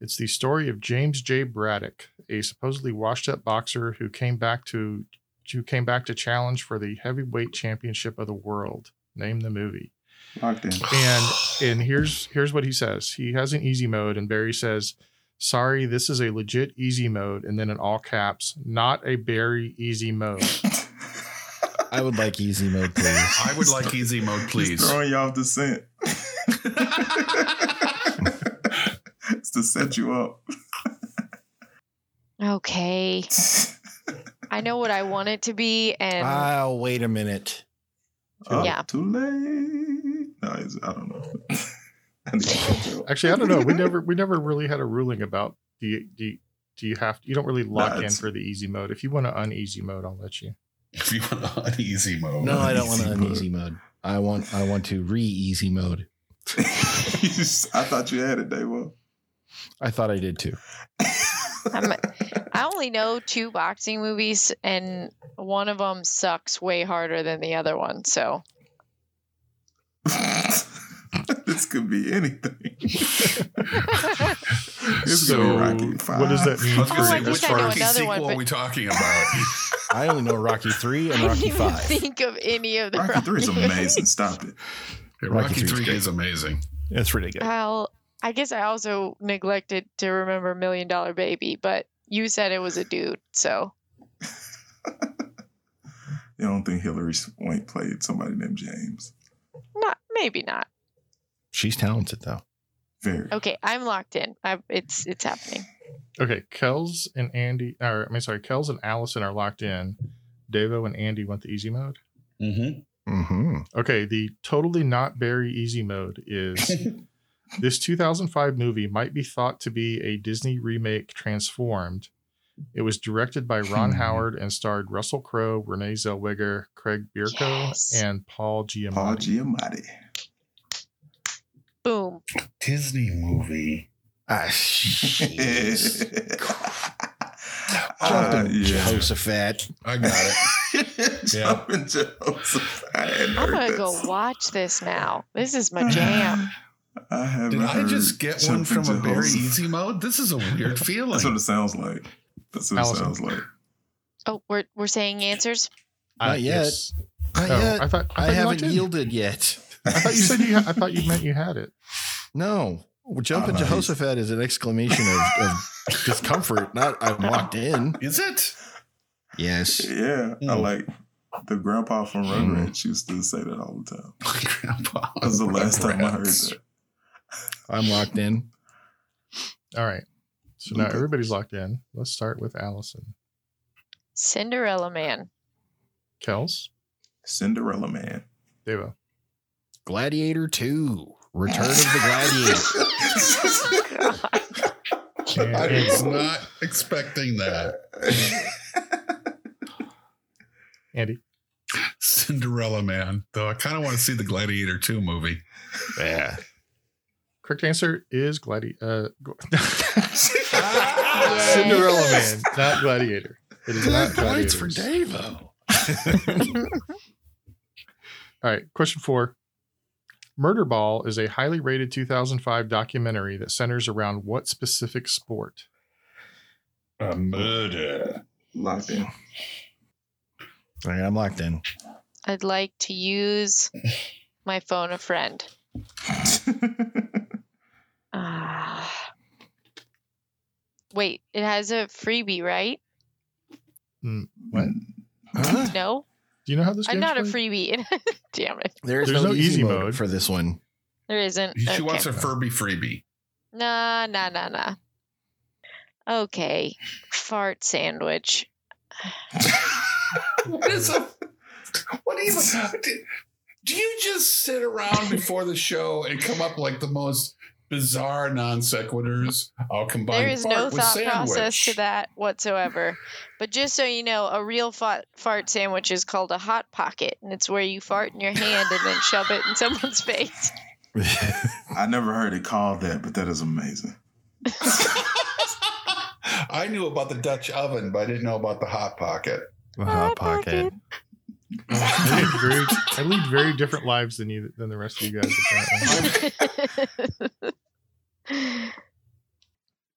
Speaker 5: It's the story of James J. Braddock, a supposedly washed-up boxer who came back to who came back to challenge for the heavyweight championship of the world. Name the movie.
Speaker 2: Locked in.
Speaker 5: and and here's here's what he says he has an easy mode and barry says sorry this is a legit easy mode and then in all caps not a barry easy mode
Speaker 6: I would like easy mode, please.
Speaker 3: I would like easy mode, Oh, please.
Speaker 2: He's throwing you off the scent. it's to set you up.
Speaker 4: Okay. I know what I want it to be, and
Speaker 2: Uh,
Speaker 6: Oh, wait a minute.
Speaker 2: Oh,
Speaker 4: Yeah.
Speaker 2: Too late. No, it's, I don't know. I need to catch up.
Speaker 5: actually i don't know we never we never really had a ruling about do you do you, do you have you don't really lock in
Speaker 2: it's-
Speaker 5: for the easy mode if you want to uneasy mode i'll let you
Speaker 3: if you want an easy mode.
Speaker 6: No, I don't want
Speaker 2: Easy
Speaker 6: an
Speaker 2: mode.
Speaker 6: easy mode. I want I want to re easy mode.
Speaker 2: I thought you had it, Davo.
Speaker 6: I thought I did too.
Speaker 4: I'm- I only know two boxing movies, and one of them sucks way harder than the other one. So
Speaker 2: this could be anything. This
Speaker 3: So,
Speaker 2: could be Rocky Five.
Speaker 5: What does that
Speaker 3: I was gonna
Speaker 4: Oh,
Speaker 3: say,
Speaker 4: I
Speaker 5: mean?
Speaker 4: think
Speaker 3: which
Speaker 4: I know
Speaker 3: Rocky
Speaker 4: another
Speaker 3: sequel
Speaker 4: one,
Speaker 3: are
Speaker 4: but-
Speaker 3: we talking about?
Speaker 6: I only know Rocky three and
Speaker 4: I didn't
Speaker 6: Rocky
Speaker 4: even
Speaker 6: five.
Speaker 4: think of any of the
Speaker 2: Rocky Three is
Speaker 4: movies.
Speaker 2: amazing. Stop it.
Speaker 3: Yeah,
Speaker 6: Rocky
Speaker 3: Rocky
Speaker 6: Three's
Speaker 3: Three
Speaker 6: great.
Speaker 3: is amazing.
Speaker 6: That's really good.
Speaker 4: Well, I guess I also neglected to remember Million Dollar Baby, but you said it was a dude, so
Speaker 2: You don't think Hillary Swank played somebody named James?
Speaker 4: not maybe not.
Speaker 6: She's talented though.
Speaker 2: Very.
Speaker 4: Okay, I'm locked in. I, it's it's happening.
Speaker 5: Okay, Kells and Andy, or I mean, sorry, Kells and Allison are locked in. Devo and Andy went the easy mode.
Speaker 8: Mm-hmm.
Speaker 6: Mm-hmm.
Speaker 5: Okay, the totally not very easy mode is this 2005 movie might be thought to be a Disney remake transformed. It was directed by Ron
Speaker 6: Hmm.
Speaker 5: Howard and starred Russell Crowe, Renee Zellweger, Craig Bierko,
Speaker 4: Yes.
Speaker 5: and Paul Giamatti.
Speaker 2: Paul Giamatti.
Speaker 4: Boom.
Speaker 8: Disney movie.
Speaker 6: Ah, jeez.
Speaker 2: Uh,
Speaker 6: Jumping
Speaker 2: yeah.
Speaker 6: Jehoshaphat.
Speaker 3: I got it.
Speaker 2: Jumping Joseph. I hadn't
Speaker 4: I'm
Speaker 2: heard
Speaker 4: gonna
Speaker 2: that
Speaker 4: go
Speaker 2: song.
Speaker 4: watch this now. This is my jam.
Speaker 2: I have.
Speaker 3: Did I just get one from a very easy mode? This is a weird feeling.
Speaker 2: That's what it sounds like. That's what
Speaker 5: Allison.
Speaker 2: it sounds like.
Speaker 4: Oh, we're we're saying answers.
Speaker 5: Uh,
Speaker 6: Not yet.
Speaker 5: yes.
Speaker 6: Not
Speaker 5: Oh,
Speaker 6: yet.
Speaker 5: I thought
Speaker 6: I,
Speaker 5: I, thought you locked
Speaker 6: haven't
Speaker 5: in.
Speaker 6: yielded yet.
Speaker 5: I thought you said you. I thought you meant you had it.
Speaker 6: No. Well, Jumping
Speaker 2: Oh, nice.
Speaker 6: Jehoshaphat is an exclamation of, of discomfort, not I'm locked in.
Speaker 3: Is it?
Speaker 6: Yes.
Speaker 2: Yeah, I
Speaker 8: Mm.
Speaker 2: like the grandpa from Rugrats used to say that all the time.
Speaker 3: Grandpa.
Speaker 2: That was Mm-hmm. the last time I heard
Speaker 3: Rugrats.
Speaker 2: that.
Speaker 6: I'm locked in.
Speaker 5: All right. So now
Speaker 2: Okay.
Speaker 5: everybody's locked in. Let's start with Allison.
Speaker 4: Cinderella Man.
Speaker 5: Kels,
Speaker 2: Cinderella Man.
Speaker 5: Devo.
Speaker 6: Gladiator 2. Return of the Gladiator.
Speaker 3: I
Speaker 5: And,
Speaker 3: was not expecting that.
Speaker 5: Andy.
Speaker 3: Cinderella Man. Though I kind of want to see the Gladiator 2 movie.
Speaker 6: yeah.
Speaker 5: Correct answer is Gladi. Uh,
Speaker 4: Yay.
Speaker 5: Cinderella Man, not Gladiator. It is not
Speaker 6: Points
Speaker 5: Gladiator.
Speaker 6: for Davo.
Speaker 5: All right. Question four. Murder Ball is a highly rated 2005 documentary that centers around what specific sport?
Speaker 8: A murder.
Speaker 2: Locked in.
Speaker 6: All right, I'm locked in.
Speaker 4: I'd like to use my phone a friend. Ah. Wait, it has a freebie, right?
Speaker 5: What?
Speaker 6: Huh?
Speaker 4: No,
Speaker 5: Do you know how this?
Speaker 4: I'm
Speaker 5: game's
Speaker 4: not a
Speaker 5: played?
Speaker 4: freebie. Damn it,
Speaker 6: There is
Speaker 5: There's
Speaker 6: no,
Speaker 5: no
Speaker 6: easy
Speaker 5: easy
Speaker 6: mode,
Speaker 5: mode.
Speaker 6: for this one.
Speaker 4: there isn't.
Speaker 3: She
Speaker 4: Okay.
Speaker 3: wants her Furby freebie.
Speaker 4: Nah, nah, nah, nah. Okay, fart sandwich.
Speaker 3: What is a. What do you. Do you just sit around before the show and come up like the most bizarre non sequiturs? I'll combine
Speaker 4: There is no
Speaker 3: fart with
Speaker 4: thought
Speaker 3: sandwich.
Speaker 4: process to that whatsoever. But just so you know, a real fart, fart sandwich is called a hot pocket, and it's where you fart in your hand and then shove it in someone's face.
Speaker 2: I never heard it called that, but that is amazing.
Speaker 3: I knew about the Dutch oven, but I didn't know about the hot pocket.
Speaker 6: The Hot Pocket.
Speaker 5: I lead, very, I lead very different lives than you than the rest of you guys. apparently.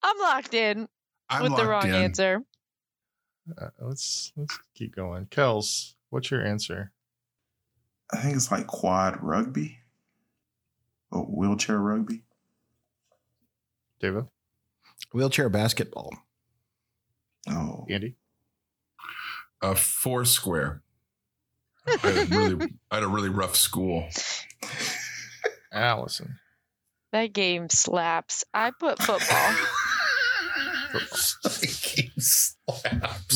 Speaker 4: I'm locked in
Speaker 3: I'm
Speaker 4: with the
Speaker 3: locked
Speaker 4: wrong
Speaker 3: in.
Speaker 4: answer.
Speaker 5: Uh, let's let's keep going. Kels, what's your answer?
Speaker 2: I think it's like quad rugby or wheelchair rugby.
Speaker 5: Devo,
Speaker 6: Wheelchair basketball.
Speaker 2: Oh,
Speaker 5: Andy,
Speaker 3: A four square. I had, a really, I had a really rough school.
Speaker 5: Allison.
Speaker 4: That game slaps. I put football.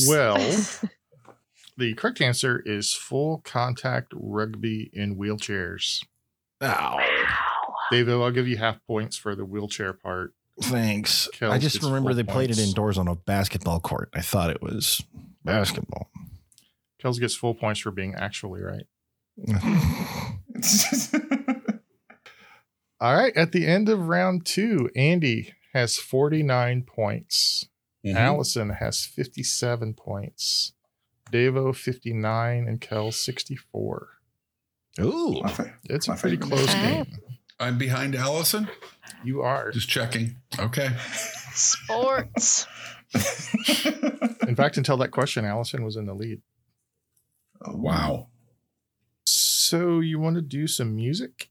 Speaker 5: Well, the correct answer is full contact rugby in wheelchairs.
Speaker 6: Oh,
Speaker 5: Devo, I'll give you half points for the wheelchair part.
Speaker 6: thanks. I
Speaker 5: Kels
Speaker 6: just
Speaker 5: gets
Speaker 6: remember
Speaker 5: full
Speaker 6: they played it
Speaker 5: points.
Speaker 6: indoors on a basketball court. I thought it was basketball.
Speaker 5: Kels gets full points for being actually right. All right. At the end of round two, Andy has 49 points.
Speaker 2: Mm-hmm.
Speaker 5: Allison has 57 points. Davo 59 and Kel 64.
Speaker 1: Ooh.
Speaker 2: My fa-
Speaker 5: It's
Speaker 2: My
Speaker 5: a pretty
Speaker 2: favorite.
Speaker 5: close
Speaker 4: Okay.
Speaker 5: game.
Speaker 3: I'm behind Allison.
Speaker 5: You are.
Speaker 3: Just checking. Okay.
Speaker 4: Sports.
Speaker 5: In fact, until that question, Allison was in the lead.
Speaker 2: Oh,
Speaker 3: Wow.
Speaker 5: So you want to do some music?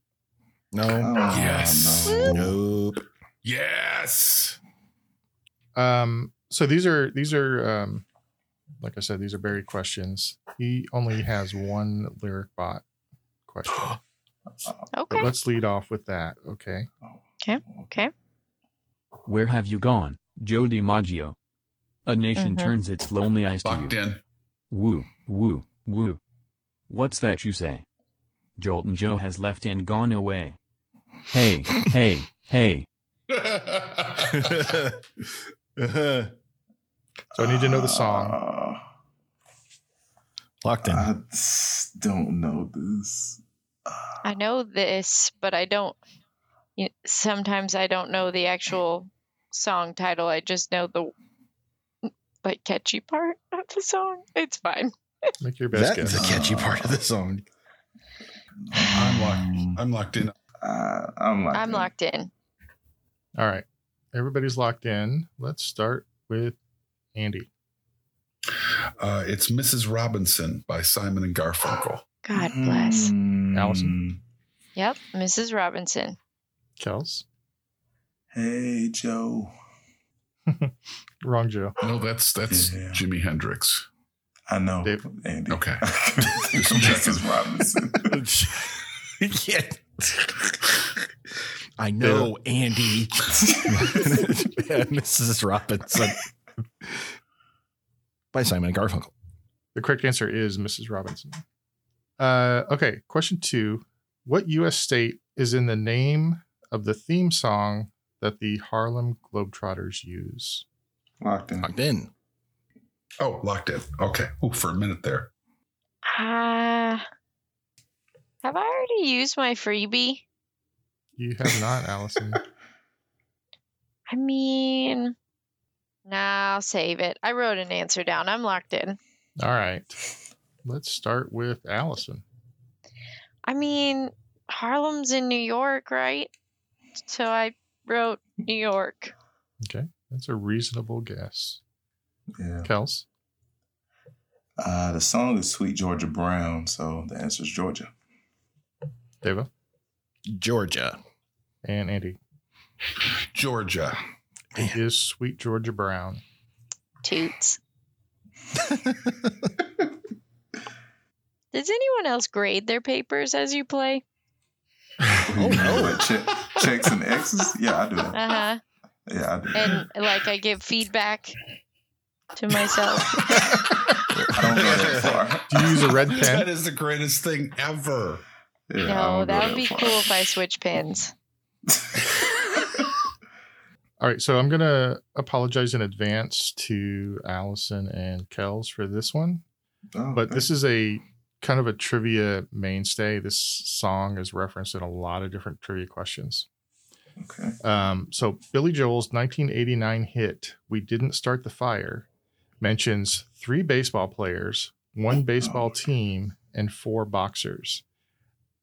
Speaker 1: No.
Speaker 2: Oh,
Speaker 3: Yes.
Speaker 2: no.
Speaker 1: Nope.
Speaker 3: Yes.
Speaker 5: Um, so these are these are um, like I said, these are Barry questions. He only has one lyric bot question. But
Speaker 4: Okay.
Speaker 5: let's lead off with that, okay?
Speaker 4: Okay.
Speaker 9: Where have you gone, Joe DiMaggio? A nation
Speaker 4: Mhm.
Speaker 9: turns its lonely eyes to
Speaker 3: Locked
Speaker 9: you.
Speaker 3: in.
Speaker 9: Woo, woo, woo. What's that you say? Jolton Joe has left and gone away. Hey, hey, hey.
Speaker 5: So I need to know the song.
Speaker 2: Uh,
Speaker 1: Locked in.
Speaker 6: Uh,
Speaker 2: I s- don't know this.
Speaker 4: I know this, but I don't. y- Sometimes I don't know the actual song title. I just know the like catchy part of the song. It's fine.
Speaker 5: Make your best
Speaker 1: That's the
Speaker 5: guess.
Speaker 2: a-
Speaker 1: catchy part of the song.
Speaker 3: I'm locked. I'm locked in.
Speaker 2: Uh, I'm like,
Speaker 4: I'm locked in.
Speaker 5: All right. Everybody's locked in. Let's start with Andy.
Speaker 3: Uh, it's Mrs. Robinson by Simon and Garfunkel.
Speaker 4: God
Speaker 2: Mm.
Speaker 4: bless.
Speaker 5: Allison.
Speaker 4: Yep, Mrs. Robinson.
Speaker 5: Kels.
Speaker 2: Hey, Joe.
Speaker 5: Wrong Joe.
Speaker 3: No, that's that's
Speaker 2: Yeah.
Speaker 3: Jimi Hendrix.
Speaker 2: I know,
Speaker 5: Dave-
Speaker 2: Andy.
Speaker 3: Okay.
Speaker 2: Mrs. Robinson.
Speaker 1: yeah. I know, Andy. Mrs. Robinson. By Simon and Garfunkel.
Speaker 5: The correct answer is Mrs. Robinson. Uh, okay. Question two What U.S. state is in the name of the theme song that the Harlem Globetrotters use?
Speaker 2: Locked in.
Speaker 1: Locked in.
Speaker 3: Oh, locked in. Okay. Ooh, for a minute there.
Speaker 4: Ah, have I already used my freebie?
Speaker 5: You have not, Allison.
Speaker 4: I mean, nah, I'll save it. I wrote an answer down. I'm locked in.
Speaker 5: All right. Let's start with Allison.
Speaker 4: I mean, Harlem's in New York, right? So I wrote New York.
Speaker 5: Okay. That's a reasonable guess.
Speaker 2: Yeah.
Speaker 5: Kels.
Speaker 2: Uh, the song is Sweet Georgia Brown, so the answer is Georgia.
Speaker 5: Deva.
Speaker 1: Georgia.
Speaker 5: And Andy.
Speaker 3: Georgia.
Speaker 5: It is Sweet Georgia Brown.
Speaker 4: Toots. Does anyone else grade their papers as you play?
Speaker 2: Oh, no. Check, checks and X's? Yeah, I do that.
Speaker 4: Uh huh.
Speaker 2: Yeah, I do.
Speaker 4: And like I give feedback to myself.
Speaker 2: I don't go that far.
Speaker 5: Do you use a red
Speaker 3: That
Speaker 5: pen?
Speaker 3: is the greatest thing ever.
Speaker 2: Yeah, I
Speaker 4: no,
Speaker 2: don't go
Speaker 4: that would be
Speaker 2: far.
Speaker 4: cool if I switch pins.
Speaker 5: All right, so I'm gonna apologize in advance to Allison and Kels for this one,
Speaker 2: Oh,
Speaker 5: but this is a kind of a trivia mainstay. This song is referenced in a lot of different trivia questions.
Speaker 2: okay.
Speaker 5: Um, so Billy Joel's 1989 hit "We Didn't Start the Fire" mentions three baseball players, one baseball team, and four boxers.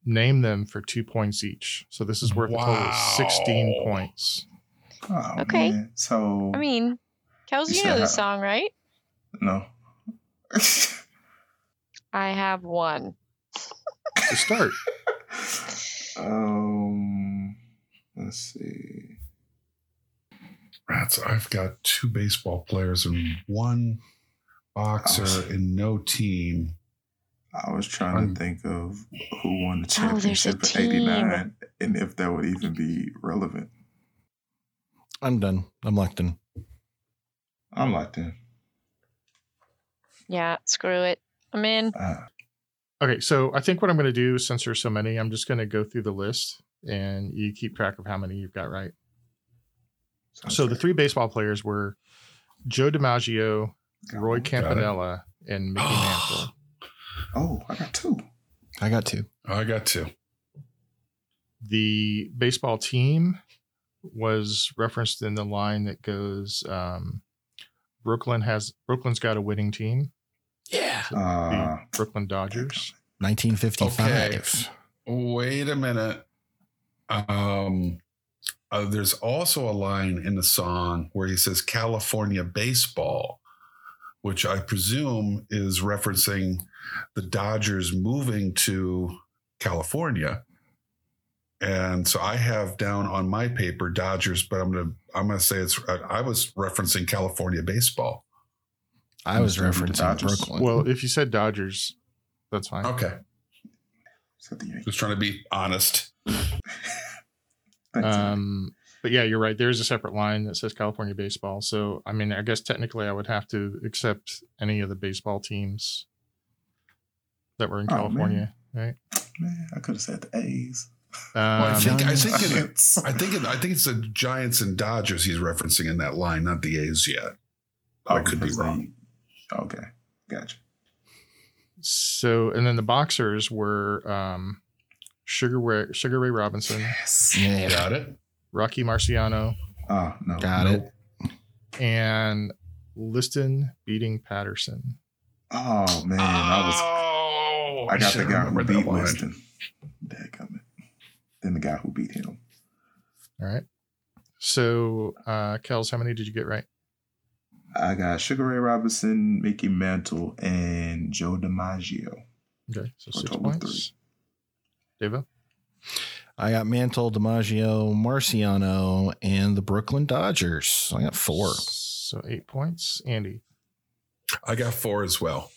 Speaker 5: Name them for two points each. So this is worth a total of 16
Speaker 3: Wow.
Speaker 5: points.
Speaker 2: Oh,
Speaker 4: Okay.
Speaker 2: man. So
Speaker 4: I mean, Kels,
Speaker 2: You
Speaker 4: you
Speaker 2: said
Speaker 4: know the
Speaker 2: how-
Speaker 4: song, right?
Speaker 2: no.
Speaker 4: I have one.
Speaker 5: To start.
Speaker 2: um, let's see.
Speaker 3: Rats, I've got two baseball players and one boxer
Speaker 2: Oh.
Speaker 3: and no team.
Speaker 2: I was trying
Speaker 3: Um,
Speaker 2: to think of who won the
Speaker 4: Oh, there's a
Speaker 2: championship in
Speaker 4: team.
Speaker 2: '89 and if that would even be relevant.
Speaker 1: I'm done. I'm locked in.
Speaker 2: I'm locked in.
Speaker 4: Yeah, screw it. I'm in.
Speaker 2: Ah,
Speaker 5: Okay, so I think what I'm going to do, since there's so many, I'm just going to go through the list and you keep track of how many you've got right.
Speaker 2: sounds
Speaker 5: so the
Speaker 2: good.
Speaker 5: three baseball players were Joe DiMaggio, Roy
Speaker 3: Got it.
Speaker 5: Campanella, and Mickey Mantle.
Speaker 2: Oh, I got two.
Speaker 1: I got two.
Speaker 3: I got two.
Speaker 5: the baseball team was referenced in the line that goes, um, Brooklyn has Brooklyn's got a winning team.
Speaker 3: Yeah.
Speaker 5: The
Speaker 2: Uh,
Speaker 5: Brooklyn Dodgers.
Speaker 6: 1955.
Speaker 3: Wait a minute. Um, uh, there's also a line in the song where he says California baseball, which I presume is referencing the Dodgers moving to California. And so I have down on my paper Dodgers, but I'm gonna I'm gonna say it's I I was referencing California baseball.
Speaker 6: I was
Speaker 2: Mr.
Speaker 6: referencing
Speaker 2: Dodgers.
Speaker 6: Brooklyn.
Speaker 5: Well, if you said Dodgers, that's fine.
Speaker 3: Okay,
Speaker 2: so the Yankees.
Speaker 3: just trying to be honest.
Speaker 2: Thanks, Andy.
Speaker 5: Um, but yeah, you're right. There is a separate line that says California baseball. So I mean, I guess technically I would have to accept any of the baseball teams that were in
Speaker 2: Oh,
Speaker 5: California, right?
Speaker 2: Man, I could have said the A's.
Speaker 3: I
Speaker 5: Um,
Speaker 3: think I think it-
Speaker 2: Giants.
Speaker 3: I think it, I think it's the Giants and Dodgers he's referencing in that line, not the A's yet. I could be
Speaker 2: because
Speaker 3: wrong.
Speaker 2: they- Okay, gotcha.
Speaker 5: so and then the boxers were um, Sugar Ray, Sugar Ray Robinson,
Speaker 2: Yes.
Speaker 6: yeah.
Speaker 3: Got it.
Speaker 5: Rocky Marciano,
Speaker 2: Oh no.
Speaker 6: Got
Speaker 2: no.
Speaker 6: it.
Speaker 5: and Liston beating Patterson.
Speaker 2: Oh man, I was
Speaker 3: oh,
Speaker 2: I got
Speaker 3: should
Speaker 2: the guy who
Speaker 3: remember
Speaker 2: beat
Speaker 3: that line.
Speaker 2: Winston. Dadgummit. Then the guy who beat him.
Speaker 5: All right. So, uh, Kels, how many did you get right?
Speaker 2: I got Sugar Ray Robinson, Mickey Mantle, and Joe DiMaggio.
Speaker 5: Okay, so
Speaker 2: For a
Speaker 5: six
Speaker 2: total of
Speaker 5: points. Devo.
Speaker 6: I got Mantle, DiMaggio, Marciano, and the Brooklyn Dodgers. I got four.
Speaker 5: So eight points. Andy,
Speaker 3: I got four as well.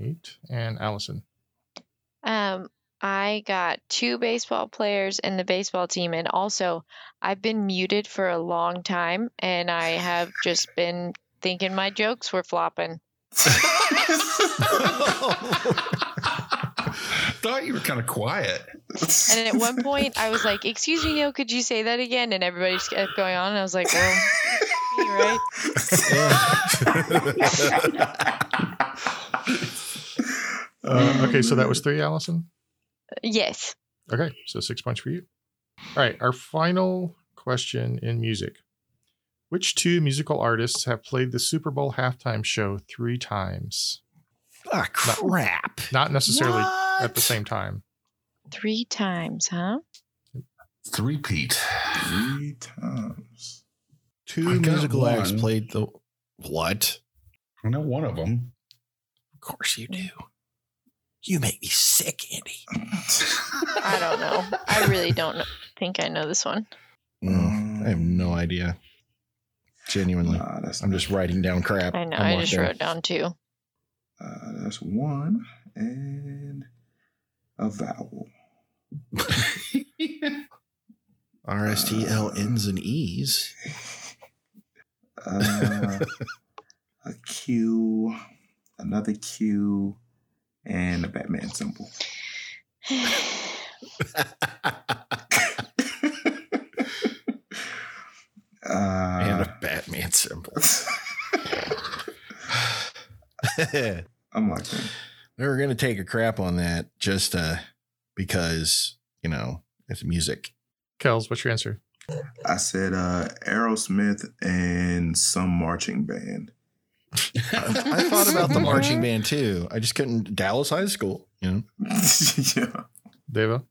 Speaker 5: eight. And Allison.
Speaker 4: Um, I got two baseball players in the baseball team, and also I've been muted for a long time, and I have just been thinking my jokes were flopping.
Speaker 3: Thought you were kind of quiet.
Speaker 4: And at one point, I was like, "Excuse me, yo, could you say that again?" And everybody just kept going on, and I was like, "Well, me, right?"
Speaker 5: Uh, okay, so that was three, Allison.
Speaker 4: Yes.
Speaker 5: Okay, so six points for you. All right, our final question in music. Which two musical artists have played the Super Bowl halftime show three times?
Speaker 6: Ah, crap.
Speaker 5: Not necessarily at
Speaker 6: What?
Speaker 5: the same time.
Speaker 4: Three times, huh?
Speaker 3: Three Pete.
Speaker 2: three times.
Speaker 3: I
Speaker 6: Two
Speaker 3: got
Speaker 6: musical acts
Speaker 3: one.
Speaker 6: played the. What?
Speaker 3: I know one of them.
Speaker 6: Of course you do. You make me sick, Andy.
Speaker 4: I don't know. I really don't know. think I know this one.
Speaker 6: Mm, I have no idea. Genuinely.
Speaker 2: Nah, that's
Speaker 6: I'm just writing down crap.
Speaker 4: I know.
Speaker 6: I'm
Speaker 4: i
Speaker 6: like
Speaker 4: just
Speaker 6: that.
Speaker 4: wrote down two.
Speaker 2: Uh, that's one and a vowel.
Speaker 6: R S T L N's and E's.
Speaker 2: Uh, a Q, another Q, and a Batman symbol.
Speaker 6: and
Speaker 2: uh,
Speaker 6: a Batman symbol. they
Speaker 2: I'm like, man,
Speaker 6: were gonna take a crap on that just uh because, you know, it's music.
Speaker 5: Kels, what's your answer?
Speaker 2: I said uh, Aerosmith and some marching band.
Speaker 6: I thought about the marching band too. I just couldn't Dallas High School, you know.
Speaker 2: yeah.
Speaker 5: Devo.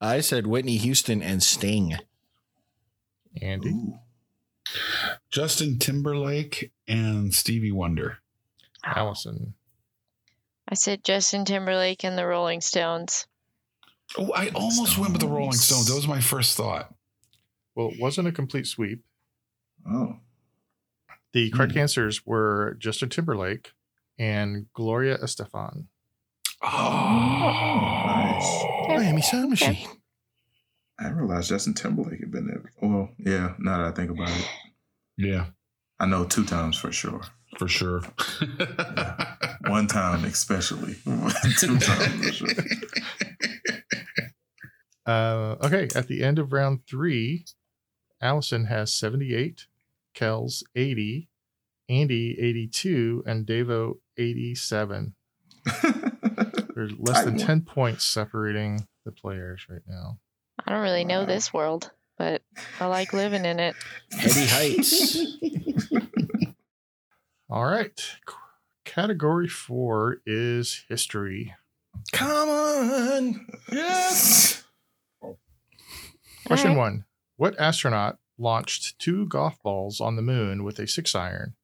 Speaker 6: I said Whitney Houston and Sting.
Speaker 5: Andy.
Speaker 2: Ooh.
Speaker 3: Justin Timberlake and Stevie Wonder.
Speaker 5: Allison.
Speaker 4: I said Justin Timberlake and the Rolling Stones.
Speaker 3: Oh, I almost went with the Rolling Stones. That was my first thought.
Speaker 5: Well, it wasn't a complete sweep.
Speaker 2: Oh.
Speaker 5: The correct answers were Justin Timberlake and Gloria Estefan.
Speaker 3: Oh,
Speaker 6: Miami Sound
Speaker 4: Okay.
Speaker 6: Machine.
Speaker 2: I didn't realize Justin Timberlake had been there. Well, yeah, now that I think about it.
Speaker 3: yeah,
Speaker 2: I know two times for sure.
Speaker 3: for sure.
Speaker 2: One time, especially. two times for sure.
Speaker 5: Uh, okay, at the end of round three, Allison has 78, Kels 80, Andy 82, and Devo 87. There's less
Speaker 2: I
Speaker 5: than
Speaker 2: won.
Speaker 5: 10 points separating the players right now.
Speaker 4: I don't really know
Speaker 2: Wow.
Speaker 4: this world, but I like living in it.
Speaker 1: Heavy heights.
Speaker 5: All right. C- Category four is history.
Speaker 1: Come on.
Speaker 2: yes.
Speaker 5: Question
Speaker 4: Alright.
Speaker 5: one What astronaut launched two golf balls on the moon with a six iron?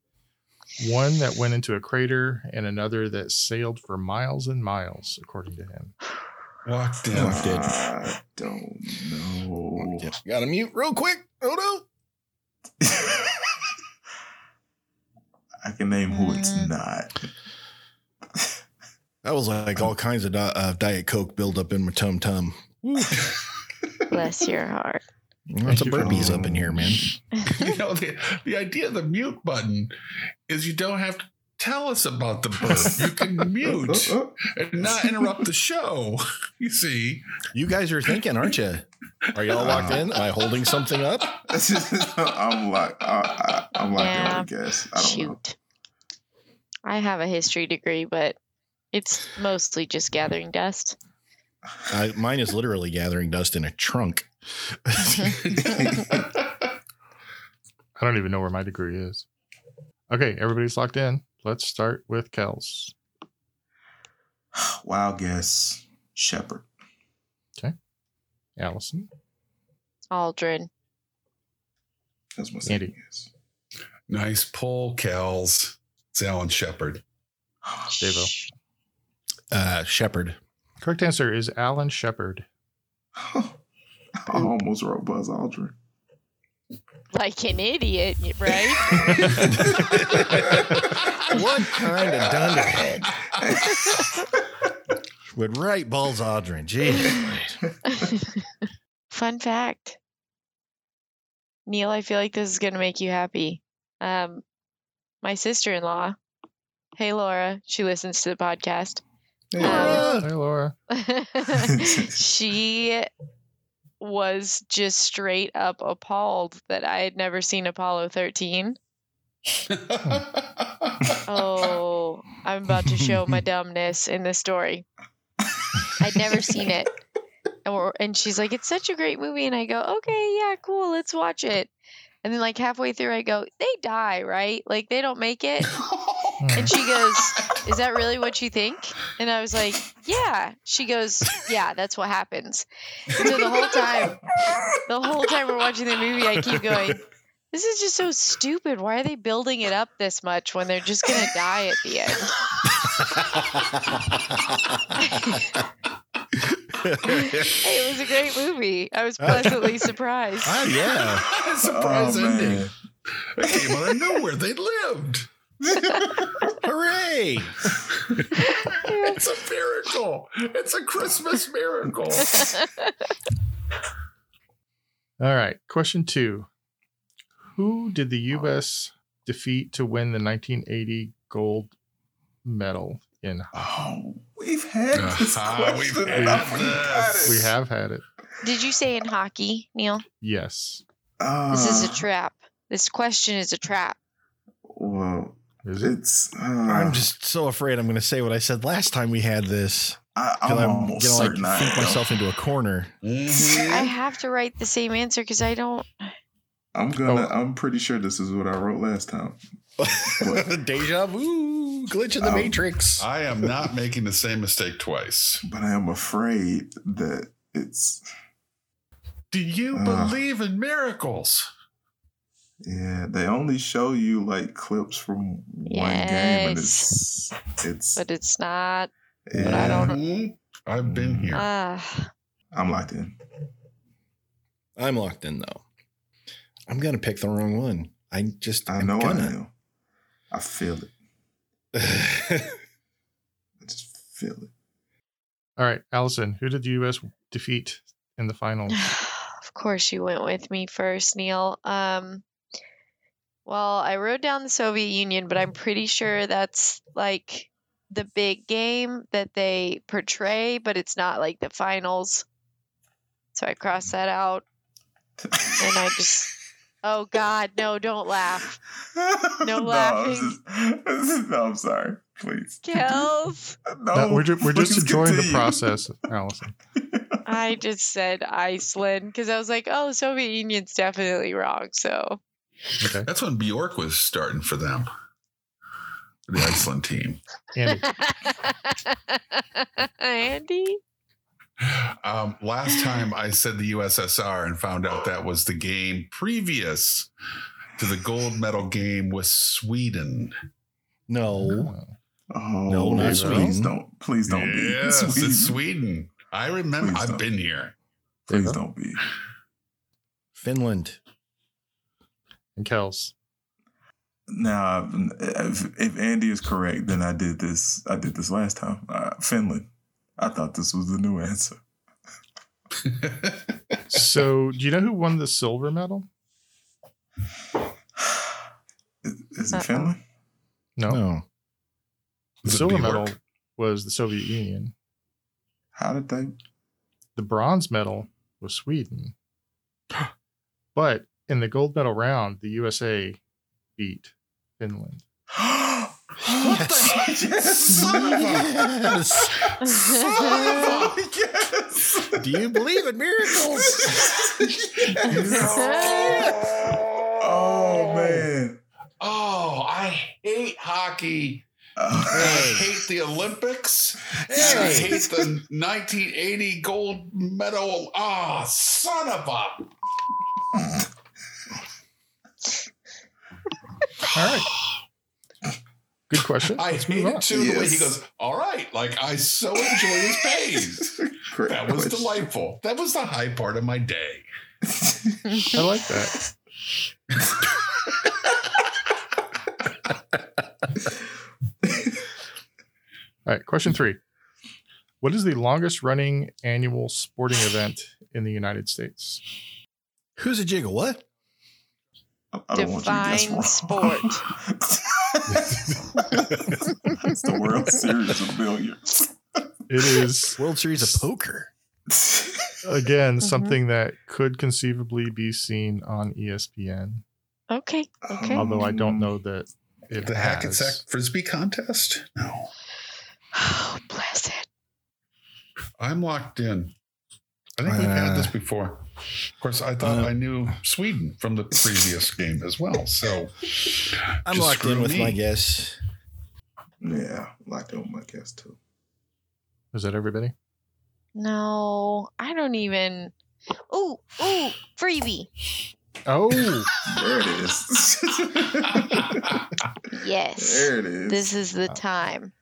Speaker 5: One that went into a crater and another that sailed for miles and miles, according to him.
Speaker 3: Locked in.
Speaker 1: Locked in.
Speaker 2: I don't know.
Speaker 1: Got to mute real quick. Oh
Speaker 2: I can name who it's
Speaker 4: Mm.
Speaker 2: not.
Speaker 6: That was like all kinds of di- uh, Diet Coke buildup in my tum tum.
Speaker 4: Bless your heart.
Speaker 6: Lots of burpees up in here, man.
Speaker 3: you know, the, the idea of the mute button is you don't have to tell us about the burp. You can mute and not interrupt the show. You see?
Speaker 6: You guys are thinking, aren't you? Are y'all locked in? Am I holding something up?
Speaker 2: I'm like, I, I, I'm like, yeah. I guess I don't know.
Speaker 4: Shoot. I have a history degree, but it's mostly just gathering dust.
Speaker 6: Uh, mine is literally gathering dust in a trunk.
Speaker 5: I don't even know where my degree is. Okay, everybody's locked in. Let's start with Kels.
Speaker 2: Wild guess, Shepherd.
Speaker 5: Allison.
Speaker 4: Aldrin.
Speaker 2: That's my second
Speaker 5: Andy.
Speaker 2: guess.
Speaker 3: Nice pull, Kels. It's Alan Shepard.
Speaker 5: Devo.
Speaker 6: Uh, Shepherd.
Speaker 5: Correct answer is Alan Shepard.
Speaker 2: I almost wrote Buzz Aldrin.
Speaker 4: Like an idiot, right?
Speaker 6: What kind of dunderhead would write Balls Aldrin? Jeez.
Speaker 4: Fun fact. Neil, I feel like this is going to make you happy. Um, my sister in law, hey Laura, she listens to the podcast.
Speaker 5: Hi, Laura.
Speaker 4: she was just straight up appalled that I had never seen Apollo 13. Oh, I'm about to show my dumbness in this story. I'd never seen it. Or, and she's like, it's such a great movie. And I go, okay, yeah, cool, let's watch it. And then, like, halfway through, I go, they die, right? Like, they don't make it. And she goes, Is that really what you think? And I was like, Yeah. She goes, Yeah, that's what happens. And so the whole time, the whole time we're watching the movie, I keep going, This is just so stupid. Why are they building it up this much when they're just going to die at the end?
Speaker 1: Ah,
Speaker 4: It was a great movie. I was pleasantly surprised.
Speaker 6: Ah, yeah.
Speaker 3: Surprise
Speaker 2: Oh, man.
Speaker 3: ending. They came out of nowhere. They lived.
Speaker 6: Hooray.
Speaker 3: It's a miracle. It's a Christmas miracle.
Speaker 5: All right, question two. Who did the U.S. defeat to win the 1980 gold medal in?
Speaker 2: Oh, we've had this
Speaker 3: Ah, we've
Speaker 2: question.
Speaker 3: had
Speaker 2: I forgot
Speaker 3: this.
Speaker 2: it.
Speaker 5: We have had it.
Speaker 4: Did you say in hockey, Neil?
Speaker 5: Yes.
Speaker 4: This is a
Speaker 2: Uh,
Speaker 4: trap. This question is a trap.
Speaker 2: Well,
Speaker 5: Is it?
Speaker 2: it's. Uh,
Speaker 6: I'm just so afraid I'm going to say what I said last time we had this.
Speaker 2: I, I'm,
Speaker 6: Because I'm going
Speaker 2: almost
Speaker 6: to like
Speaker 2: certain I
Speaker 6: think
Speaker 2: am.
Speaker 6: myself into a corner.
Speaker 1: Mm-hmm.
Speaker 4: I have to write the same answer because I don't.
Speaker 2: I'm gonna.
Speaker 5: Oh.
Speaker 2: I'm pretty sure this is what I wrote last time. But-
Speaker 6: Deja vu, glitch in the
Speaker 2: Um,
Speaker 6: matrix.
Speaker 3: I am not making the same mistake twice.
Speaker 2: But I am afraid that it's.
Speaker 3: Do you
Speaker 2: Uh.
Speaker 3: believe in miracles?
Speaker 2: Yeah, they only show you like clips from one game, and it's it's.
Speaker 4: But it's not.
Speaker 2: yeah, Mm.
Speaker 4: I don't-
Speaker 3: Mhm. I've been here.
Speaker 4: Ah.
Speaker 2: I'm locked in.
Speaker 6: I'm locked in though. I'm going to pick the wrong one. I just
Speaker 2: I
Speaker 6: am
Speaker 2: know I
Speaker 6: gonna.
Speaker 2: am. I feel it. I just feel it.
Speaker 5: All right, Allison. Who did the U.S. defeat in the finals?
Speaker 4: Of course, you went with me first, Neil. Um, well, I wrote down the Soviet Union, but I'm pretty sure that's like the big game that they portray, but it's not like the finals. So I crossed that out, and I just, oh God, no! Don't laugh, No laughing.
Speaker 2: I'm just- no, I'm sorry. Please.
Speaker 4: Kels.
Speaker 2: No,
Speaker 5: No, we're, ju- we're just
Speaker 3: Oh,
Speaker 2: please
Speaker 5: enjoying the
Speaker 2: continue.
Speaker 5: process, Allison.
Speaker 4: Oh, I just said Iceland because I was like, oh, Soviet Union's definitely wrong. So
Speaker 5: Okay.
Speaker 3: That's when Bjork was starting for them, the Iceland team.
Speaker 5: Andy.
Speaker 4: Andy?
Speaker 3: Um, last time I said the USSR and found out that was the game previous to the gold medal game with Sweden.
Speaker 1: No.
Speaker 2: Oh,
Speaker 1: No, not
Speaker 2: please
Speaker 1: Sweden.
Speaker 2: don't. Please don't
Speaker 3: yes,
Speaker 2: be. Sweden.
Speaker 3: it's Sweden. I remember.
Speaker 2: Please
Speaker 3: I've
Speaker 2: don't.
Speaker 3: been here.
Speaker 2: Please don't be.
Speaker 1: Finland.
Speaker 5: and Kels.
Speaker 2: Now, if, if Andy is correct, then I did this. I did this last time. Uh, Finland. I thought this was the new answer.
Speaker 5: So, do you know who won the silver medal?
Speaker 2: Is, is it
Speaker 4: Uh-uh.
Speaker 2: Finland?
Speaker 5: No.
Speaker 1: No.
Speaker 5: The
Speaker 3: Is it
Speaker 5: silver
Speaker 3: Bjork?
Speaker 5: medal was the Soviet Union.
Speaker 2: How did they?
Speaker 5: The bronze medal was Sweden. But in the gold medal round, the USA beat Finland.
Speaker 2: what the? Yes.
Speaker 1: Yes.
Speaker 2: Oh, yes.
Speaker 1: Do you believe in miracles?
Speaker 2: Oh man.
Speaker 3: Oh, I hate hockey. I
Speaker 2: Uh,
Speaker 3: hate the Olympics. I
Speaker 1: Hey.
Speaker 3: hate the 1980 gold medal. Ah, son of a.
Speaker 5: All right. Good question.
Speaker 3: I
Speaker 5: Let's move
Speaker 3: hate
Speaker 5: on.
Speaker 3: it too. The way he
Speaker 2: Yes.
Speaker 3: goes, all right. Like, I so enjoy this pace.
Speaker 2: Great
Speaker 3: That was
Speaker 2: question.
Speaker 3: delightful. That was the high part of my day.
Speaker 5: I like that. All right, question three. What is the longest running annual sporting event in the United States?
Speaker 1: Who's a jiggle? What?
Speaker 2: I- I don't want you to guess
Speaker 4: Define
Speaker 2: wrong.
Speaker 4: sport.
Speaker 2: it's the World Series of Billiards.
Speaker 5: It is,
Speaker 1: World Series of Poker.
Speaker 5: again, something that could conceivably be seen on E ESPN,
Speaker 4: Okay. Okay.
Speaker 5: although I don't know that it
Speaker 3: The hack and
Speaker 5: has.
Speaker 3: sack frisbee contest? No.
Speaker 4: Oh, bless it.
Speaker 3: I'm locked in. I think we've had
Speaker 1: Uh,
Speaker 3: this before. Of course, I thought
Speaker 1: uh,
Speaker 3: I knew Sweden from the previous game as well. So
Speaker 1: I'm
Speaker 3: Just
Speaker 1: locked
Speaker 3: screw
Speaker 1: in with
Speaker 3: me.
Speaker 1: my guess.
Speaker 2: Yeah, locked on my guess too.
Speaker 5: Is that everybody?
Speaker 4: No, I don't even. Ooh, ooh, freebie.
Speaker 5: Oh,
Speaker 2: There it is.
Speaker 4: Yes.
Speaker 2: there it is. Uh,
Speaker 4: This is the time.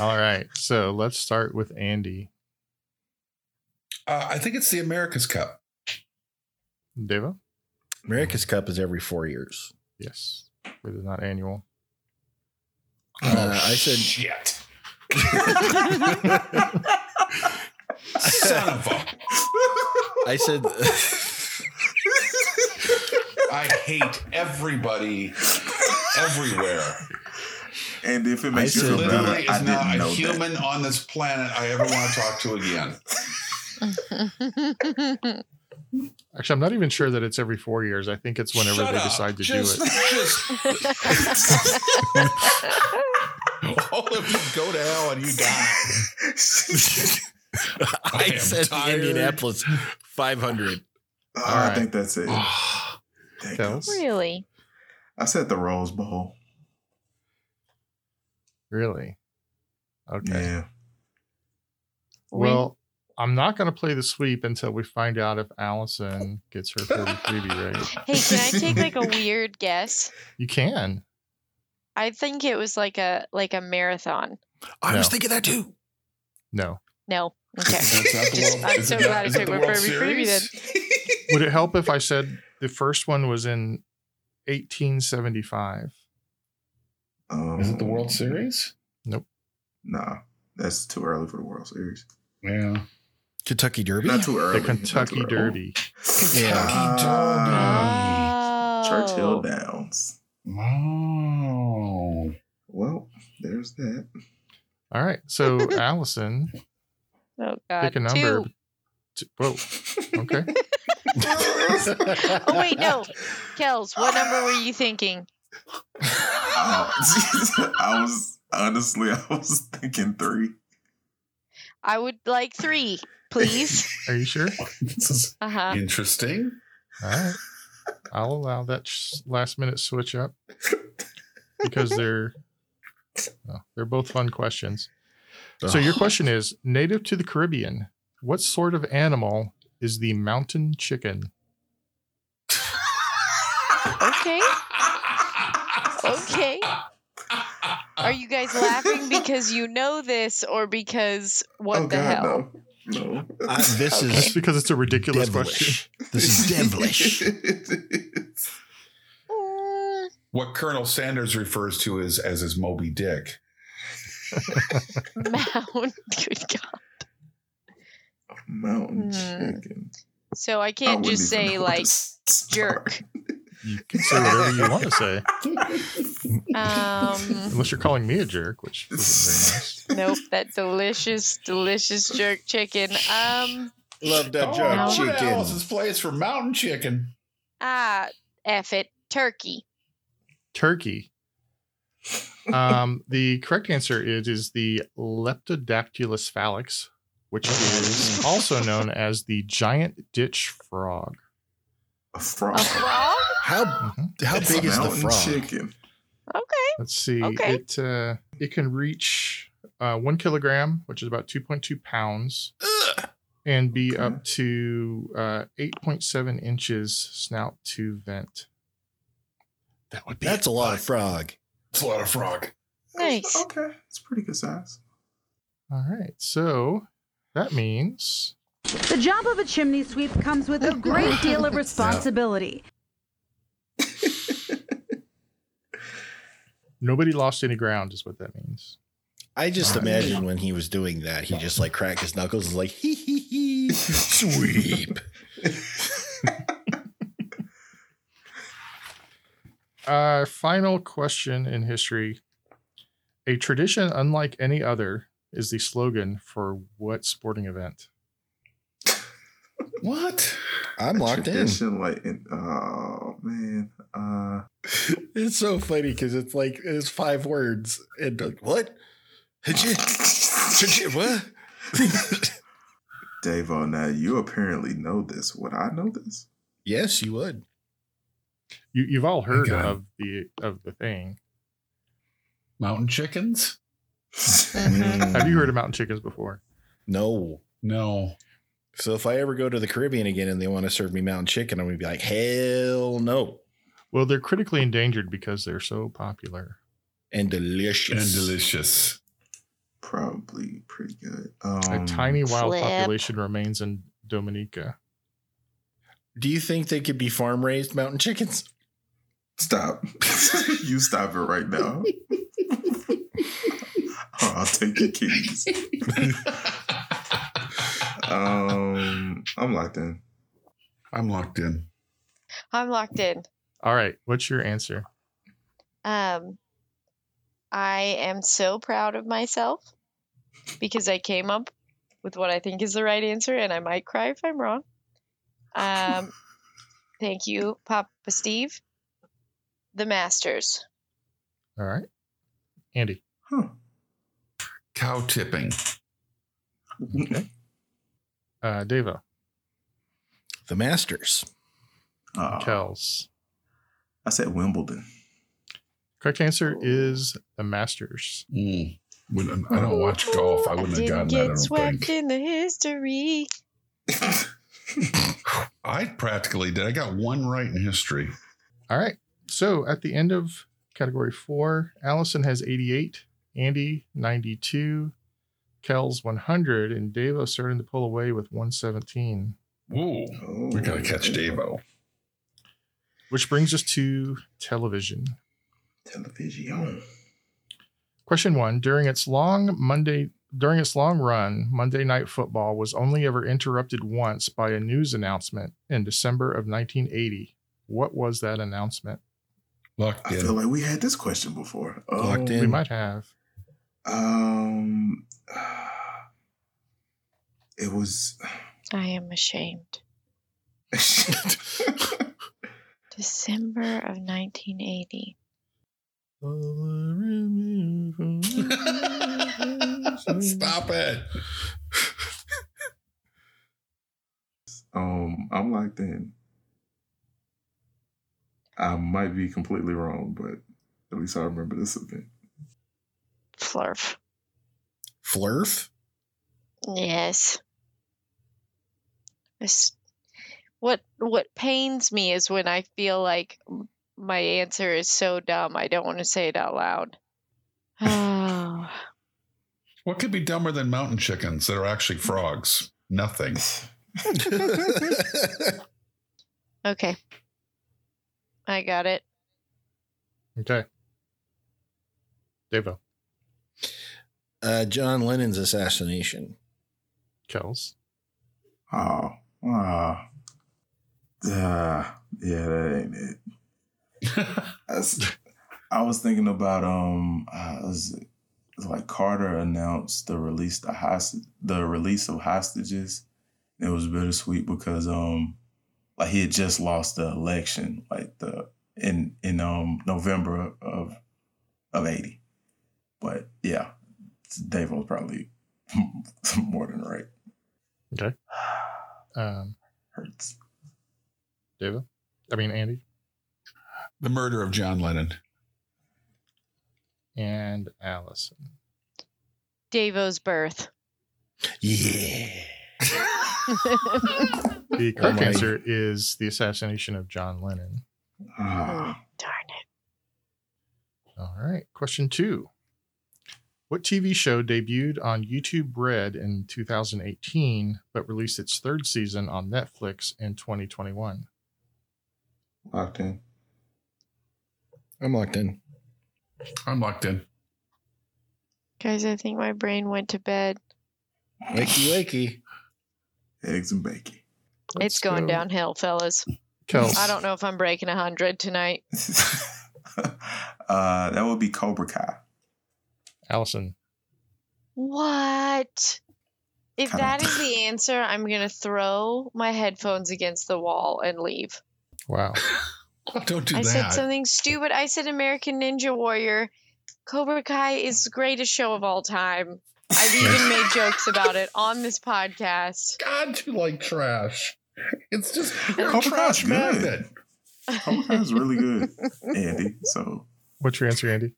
Speaker 5: all right. So let's start with Andy.
Speaker 3: uh, I think it's the America's Cup.
Speaker 5: Deva?
Speaker 1: America's Cup is every four years.
Speaker 5: Yes. It is not annual.
Speaker 2: Oh,
Speaker 1: Uh, I said
Speaker 3: Shit. Son of a.
Speaker 1: I said
Speaker 3: I hate everybody everywhere.
Speaker 2: and if it makes
Speaker 1: I
Speaker 2: you feel
Speaker 1: said-
Speaker 2: better,
Speaker 3: Literally
Speaker 2: I
Speaker 3: is
Speaker 2: didn't
Speaker 3: not a
Speaker 2: know
Speaker 3: human on this planet I ever want to talk to again.
Speaker 5: Actually, I'm not even sure that it's every four years. I think it's whenever
Speaker 3: Shut
Speaker 5: they
Speaker 3: up.
Speaker 5: decide to
Speaker 3: Just-
Speaker 5: do it.
Speaker 3: Just all of you go to hell and you die. I
Speaker 1: I
Speaker 3: am
Speaker 1: said the
Speaker 3: tired.
Speaker 1: Indianapolis 500.
Speaker 2: that.
Speaker 5: All
Speaker 2: Oh, I
Speaker 5: right.
Speaker 2: think that's it. There it
Speaker 5: Kels?
Speaker 2: goes.
Speaker 4: really?
Speaker 2: I said the Rose Bowl.
Speaker 5: Really? Okay.
Speaker 2: Yeah.
Speaker 5: Well, I'm not going to play the sweep until we find out if Allison gets her 43 right.
Speaker 4: Hey, can I take like a weird guess?
Speaker 5: You can.
Speaker 4: I think it was like a like a marathon.
Speaker 1: I
Speaker 5: No.
Speaker 1: was thinking that too.
Speaker 5: No.
Speaker 4: No. Okay.
Speaker 3: That's not the
Speaker 4: Just,
Speaker 3: World-
Speaker 4: I'm
Speaker 3: is
Speaker 4: so
Speaker 3: it-
Speaker 4: glad I
Speaker 3: is it
Speaker 4: took
Speaker 3: the
Speaker 4: my
Speaker 3: World
Speaker 4: Furby freebie then.
Speaker 3: Series?
Speaker 5: Would it help if I said the first one was in 1875?
Speaker 2: Um,
Speaker 3: Is it the World Series?
Speaker 2: Nah, that's too early for the World Series.
Speaker 3: Yeah.
Speaker 1: Kentucky Derby.
Speaker 2: Not too early.
Speaker 5: The
Speaker 2: not too
Speaker 5: Kentucky
Speaker 2: early.
Speaker 5: Derby.
Speaker 1: Yeah.
Speaker 5: Um,
Speaker 2: Ah,
Speaker 4: Oh.
Speaker 2: Churchill Downs.
Speaker 3: Oh.
Speaker 2: Well, there's that.
Speaker 5: All right. So, Allison,
Speaker 4: Oh God.
Speaker 5: pick a number.
Speaker 4: Two.
Speaker 5: T- Whoa. Okay.
Speaker 4: Oh wait, no. Kels, what number were you thinking?
Speaker 2: Oh, I was honestly, I was thinking three.
Speaker 4: I would like three, please.
Speaker 5: Are you sure?
Speaker 3: This is
Speaker 4: Uh huh.
Speaker 3: interesting.
Speaker 5: All right. I'll allow that sh- last minute switch up because they're well, they're both fun questions. So your question is native to the Caribbean. What sort of animal is the mountain chicken?
Speaker 4: Okay. Okay. Are you guys laughing because you know this or because what
Speaker 2: oh
Speaker 4: the
Speaker 2: God,
Speaker 4: hell?
Speaker 2: no, no.
Speaker 6: I- this
Speaker 5: That's
Speaker 6: is
Speaker 5: because it's a ridiculous question.
Speaker 6: devilish. This is devilish.
Speaker 4: Uh,
Speaker 3: What Colonel Sanders refers to as as his Moby Dick.
Speaker 4: Mount. Uh, Good God.
Speaker 2: Mountain
Speaker 4: Hmm.
Speaker 2: chicken.
Speaker 4: So I
Speaker 2: I
Speaker 4: can't
Speaker 2: wouldn't
Speaker 4: just
Speaker 2: even
Speaker 4: say
Speaker 2: know where
Speaker 4: like
Speaker 2: to start.
Speaker 4: jerk.
Speaker 5: You can say whatever you want to say,
Speaker 4: Um,
Speaker 5: unless you're calling me a jerk, which isn't
Speaker 4: nope. That delicious, delicious jerk chicken. Um,
Speaker 6: Love
Speaker 3: oh, what Alice's place for mountain chicken.
Speaker 4: ah, F it. Turkey.
Speaker 5: very nice. Turkey. Um, the correct answer is is the Leptodactylus phalanx, which is also known as the giant ditch frog.
Speaker 2: A frog.
Speaker 4: A frog?
Speaker 6: How
Speaker 5: Mhm.
Speaker 6: how
Speaker 2: It's
Speaker 6: big
Speaker 2: a
Speaker 6: is the
Speaker 2: mountain
Speaker 6: frog?
Speaker 2: Chicken.
Speaker 4: Okay.
Speaker 5: Let's see.
Speaker 4: Okay.
Speaker 5: It uh, it can reach uh, one kilogram, which is about two point two pounds, and be
Speaker 2: Okay.
Speaker 5: up to uh, eight point seven inches snout to vent. That would be
Speaker 6: That's a lot of frog.
Speaker 3: It's a lot of frog.
Speaker 4: Nice.
Speaker 2: Okay, it's pretty good size.
Speaker 5: all right. So that means
Speaker 10: The job of a chimney sweep comes with a great deal of responsibility.
Speaker 5: nobody lost any ground, is what that means.
Speaker 6: I just
Speaker 2: All right.
Speaker 6: imagine when he was doing that, he just like cracked his knuckles and like hee hee hee sweep.
Speaker 5: Uh, final question in history: A tradition unlike any other is the slogan for what sporting event?
Speaker 3: What?
Speaker 6: I'm locked in.
Speaker 2: Tradition, Like, in- oh man, uh,
Speaker 6: It's so funny because it's like it's five words and like what? Did you, did you- what?
Speaker 2: Dave, oh now you apparently know this. Would I know this?
Speaker 6: yes, you would.
Speaker 5: You, you've all heard
Speaker 3: God.
Speaker 5: of the of the thing.
Speaker 3: Mountain chickens?
Speaker 5: Have you heard of mountain chickens before?
Speaker 6: No.
Speaker 3: No.
Speaker 6: So if I ever go to the Caribbean again and they want to serve me mountain chicken, I'm gonna be like, hell no,
Speaker 5: Well, they're critically endangered because they're so popular.
Speaker 6: and delicious.
Speaker 3: And delicious.
Speaker 2: Probably pretty good.
Speaker 5: A
Speaker 2: Um,
Speaker 5: tiny wild
Speaker 4: Flip.
Speaker 5: population remains in Dominica.
Speaker 6: Do you think they could be farm raised mountain chickens?
Speaker 2: Stop. you stop it right now. or I'll take your keys. um, I'm locked in.
Speaker 3: I'm locked in.
Speaker 4: I'm locked in.
Speaker 5: All right, what's your answer?
Speaker 4: Um, I am so proud of myself because I came up with what I think is the right answer, and I might cry if I'm wrong. Um, thank you, Papa Steve. The Masters.
Speaker 5: All right, Andy.
Speaker 2: Huh.
Speaker 3: Cow tipping.
Speaker 5: Okay. Uh, Devo,
Speaker 6: The Masters.
Speaker 2: Uh,
Speaker 5: Kels.
Speaker 2: I said Wimbledon.
Speaker 5: Correct answer is the Masters.
Speaker 3: Mm. Wouldn't- I don't watch golf. I wouldn't have
Speaker 4: didn't
Speaker 3: gotten
Speaker 4: get
Speaker 3: that, I don't
Speaker 4: swept
Speaker 3: think.
Speaker 4: in the history.
Speaker 3: I practically did. I got one right in history.
Speaker 5: All right. So at the end of category four, Allison has 88, Andy 92, Kels 100, and Devo starting to pull away with 117.
Speaker 3: Whoa.
Speaker 2: Oh,
Speaker 3: We gotta catch Davo.
Speaker 5: Which brings us to television.
Speaker 2: Television.
Speaker 5: Question one: During its long Monday, during its long run, Monday Night Football was only ever interrupted once by a news announcement in December of 1980. What was that announcement?
Speaker 3: Locked
Speaker 2: I feel
Speaker 3: in.
Speaker 2: like we had this question before. Um,
Speaker 6: Locked
Speaker 5: We
Speaker 6: in.
Speaker 5: might have.
Speaker 2: Um, it was.
Speaker 4: I am ashamed. December of 1980.
Speaker 3: Stop it.
Speaker 2: Um, I'm locked in. I might be completely wrong, but at least I remember this event.
Speaker 4: Flurf.
Speaker 1: Flurf?
Speaker 4: Yes. It's- what what pains me is when I feel like m- my answer is so dumb I don't want to say it out loud. Oh,
Speaker 3: What could be dumber than mountain chickens that are actually frogs? Nothing.
Speaker 4: okay. I got it.
Speaker 5: Okay. Devo,
Speaker 6: Uh, John Lennon's assassination.
Speaker 5: Kells.
Speaker 2: Oh, uh, uh, yeah, that ain't it. That's- I was thinking about um, uh, was it, was it like Carter announced the release the host- the release of hostages. It was bittersweet because um, like he had just lost the election, like the in in um November of of eighty. But yeah, Dave was probably more than right.
Speaker 5: Okay. Um,
Speaker 2: Hurts.
Speaker 5: Devo. I mean Andy.
Speaker 3: the murder of John Lennon.
Speaker 5: And Allison.
Speaker 4: Davo's birth.
Speaker 1: Yeah.
Speaker 5: The correct
Speaker 1: my.
Speaker 5: answer is the assassination of John Lennon.
Speaker 2: Ah,
Speaker 4: Darn it.
Speaker 5: All right. Question two. What TV show debuted on YouTube Red in 2018 but released its third season on Netflix in 2021?
Speaker 2: locked in.
Speaker 6: I'm locked in.
Speaker 3: I'm locked in.
Speaker 4: Guys, I think my brain went to bed.
Speaker 6: Wakey, wakey.
Speaker 2: Eggs and bacon.
Speaker 5: Let's
Speaker 4: it's going
Speaker 5: go. Oh.
Speaker 4: downhill, fellas.
Speaker 5: Kels.
Speaker 4: I don't know if I'm breaking 100 tonight.
Speaker 2: uh, that would be Cobra Kai.
Speaker 5: Allison.
Speaker 4: What? If
Speaker 2: Kinda.
Speaker 4: that is the answer, I'm going to throw my headphones against the wall and leave.
Speaker 5: Wow.
Speaker 3: Don't do
Speaker 4: I said
Speaker 3: that.
Speaker 4: something stupid. I said American Ninja Warrior. Cobra Kai is the greatest show of all time. I've even made jokes about it on this podcast.
Speaker 3: God, you like trash. It's just you're a
Speaker 2: Cobra Kai's
Speaker 3: trash
Speaker 2: good.
Speaker 3: magnet.
Speaker 2: Cobra Kai's really good, Andy. So
Speaker 5: What's your answer, Andy?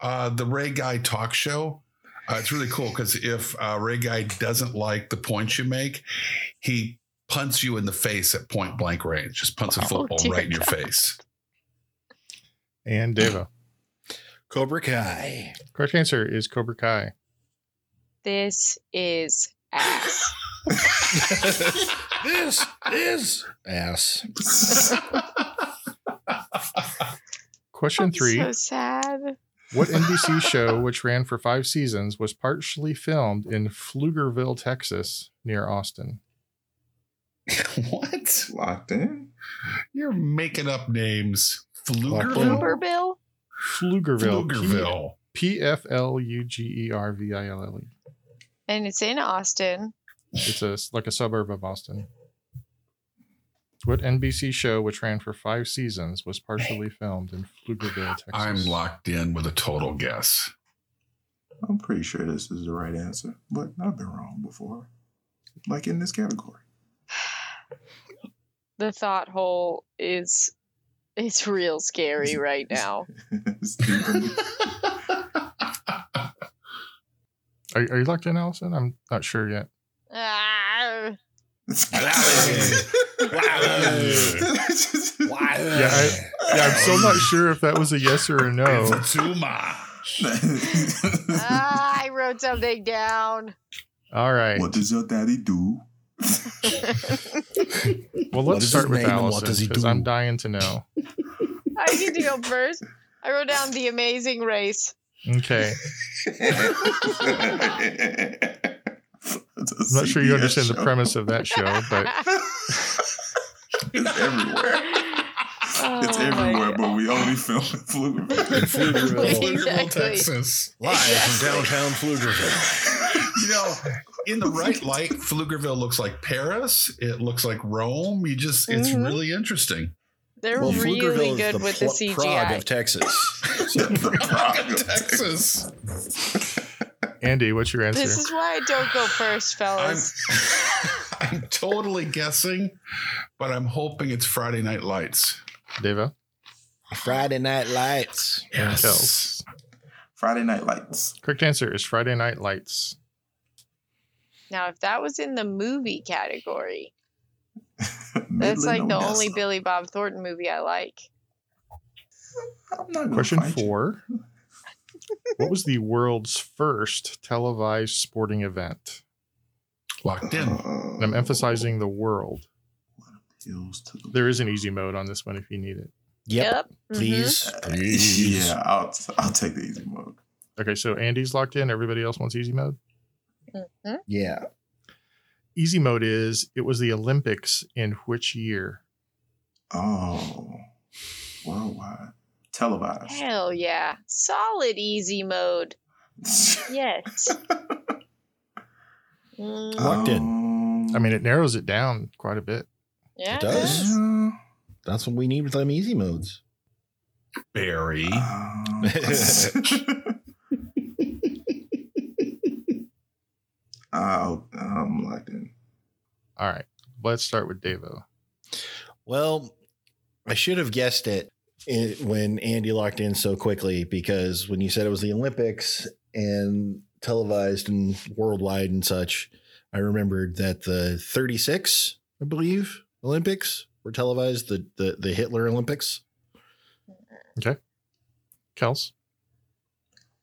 Speaker 3: Uh, the Ray Guy talk show. Uh, it's really cool because if uh, Ray Guy doesn't like the points you make, he punts you in the face at point blank range. Just punts a
Speaker 4: Oh,
Speaker 3: football
Speaker 4: dear
Speaker 3: right in your
Speaker 4: God.
Speaker 3: face.
Speaker 5: And Devo.
Speaker 6: Cobra Kai.
Speaker 5: Correct answer is Cobra Kai.
Speaker 4: This is ass.
Speaker 6: This is ass.
Speaker 5: Question
Speaker 4: I'm
Speaker 5: three.
Speaker 4: Oh, So sad.
Speaker 5: What NBC show, which ran for five seasons, was partially filmed in Pflugerville, Texas, near Austin?
Speaker 3: what?
Speaker 2: locked in.
Speaker 3: You're making up names. Pflugerville.
Speaker 4: Uber Bill?
Speaker 5: Pflugerville.
Speaker 3: Pflugerville.
Speaker 5: P F L U G E R V I L L E.
Speaker 4: And it's in Austin.
Speaker 5: It's a like a suburb of Austin. What NBC show, which ran for five seasons, was partially filmed in Pflugerville, Texas?
Speaker 3: I'm locked in with a total guess.
Speaker 2: I'm pretty sure this is the right answer, but I've been wrong before, like in this category.
Speaker 4: The thought hole is it's real scary right now.
Speaker 2: It's deep in-
Speaker 5: Are, are you locked in, Allison? I'm not sure yet.
Speaker 4: Ah,
Speaker 5: Yeah, I, yeah, I'm still not sure if that was a yes or a no.
Speaker 4: ah, I wrote something down.
Speaker 5: All right.
Speaker 2: what does your daddy do?
Speaker 5: Well,
Speaker 6: What
Speaker 5: let's
Speaker 6: is
Speaker 5: start
Speaker 6: his
Speaker 5: with
Speaker 6: name and what
Speaker 5: Allison
Speaker 6: does he
Speaker 5: because
Speaker 6: do?
Speaker 5: I'm dying to know.
Speaker 4: I need to go first. I wrote down the amazing race.
Speaker 5: Okay, I'm not sure you understand the premise of that show, but
Speaker 2: It's everywhere. It's
Speaker 4: Oh,
Speaker 2: everywhere,
Speaker 4: my-
Speaker 2: but we only film in Pflugerville.
Speaker 3: Pflugerville,
Speaker 4: Exactly.
Speaker 3: Texas.
Speaker 6: Live from downtown Pflugerville.
Speaker 3: You know, in the right light, Pflugerville looks like Paris. It looks like Rome. You just, it's
Speaker 4: Mhm.
Speaker 3: really interesting.
Speaker 4: They're really good with the
Speaker 6: Pl- Prague of
Speaker 4: CGI.
Speaker 6: Texas.
Speaker 2: The Prague of
Speaker 3: Texas.
Speaker 5: Andy, what's your answer?
Speaker 4: This is why I don't go first,
Speaker 3: I'm,
Speaker 4: fellas.
Speaker 3: I'm totally guessing, but I'm hoping it's Friday Night Lights.
Speaker 5: Deva?
Speaker 6: Friday Night Lights.
Speaker 5: Yes.
Speaker 2: Friday Night Lights.
Speaker 5: Correct answer is Friday Night Lights.
Speaker 4: Now, if that was in the movie category,
Speaker 2: Midland
Speaker 4: that's like the
Speaker 2: Odessa.
Speaker 4: only Billy Bob Thornton movie I like.
Speaker 2: I'm not gonna
Speaker 5: Question
Speaker 2: fight you.
Speaker 5: four. what was the world's first televised sporting event?
Speaker 3: Locked in.
Speaker 2: Uh-uh.
Speaker 5: And I'm emphasizing the world.
Speaker 2: Appeals to the-
Speaker 5: There is an easy mode on this one if you need it.
Speaker 6: Yep.
Speaker 4: mhm.
Speaker 6: Please. Please.
Speaker 2: Yeah, I'll I'll take the easy mode.
Speaker 5: Okay, so Andy's locked in. Everybody else wants easy mode?
Speaker 4: Mhm.
Speaker 6: Yeah.
Speaker 5: Easy mode is it was the Olympics in which year?
Speaker 2: Oh, worldwide televised.
Speaker 4: Hell yeah. Solid easy mode. Yes. Mm,
Speaker 6: Locked in.
Speaker 2: in.
Speaker 5: I mean, it narrows it down quite a bit.
Speaker 4: yeah.
Speaker 6: it does. That's what we need with them easy modes.
Speaker 3: Barry.
Speaker 2: Uh, I'll, I'm locked in.
Speaker 5: All right, let's start with Devo.
Speaker 6: Well, I should have guessed it eh, when Andy locked in so quickly because when you said it was the Olympics and televised and worldwide and such, I remembered that the 36, I believe, Olympics were televised, the the, the Hitler Olympics.
Speaker 5: Kels?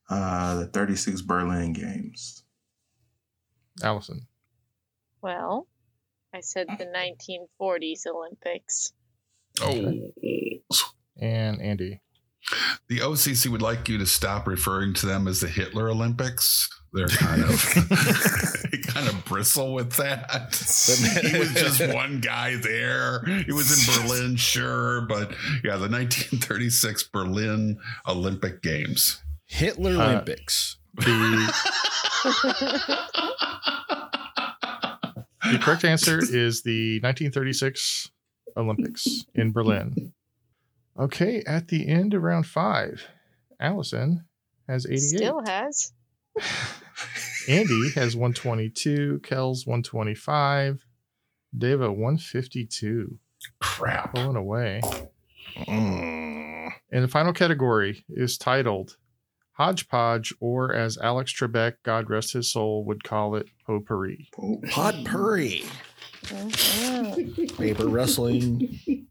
Speaker 2: Uh, the 36 Berlin Games.
Speaker 5: Allison?
Speaker 4: Well, I said the 1940s Olympics.
Speaker 3: Oh.
Speaker 5: And Andy.
Speaker 3: The OCC would like you to stop referring to them as the Hitler Olympics. They're kind of they kind of bristle with that. he was just one guy there. He was in Berlin, sure, but yeah, the 1936 Berlin Olympic Games.
Speaker 6: Hitler
Speaker 5: Uh,
Speaker 6: Olympics.
Speaker 5: The, the correct answer is the 1936 Olympics in Berlin. Okay, at the end of round five, Allison has 88.
Speaker 4: Still has.
Speaker 5: Andy has 122. Kels 125. Deva 152.
Speaker 3: Crap.
Speaker 5: Pulling away.
Speaker 6: Mm.
Speaker 5: And the final category is titled Hodgepodge, or as Alex Trebek, God rest his soul, would call it potpourri.
Speaker 2: Oh,
Speaker 6: Potpourri.
Speaker 4: Mhm.
Speaker 6: Paper wrestling.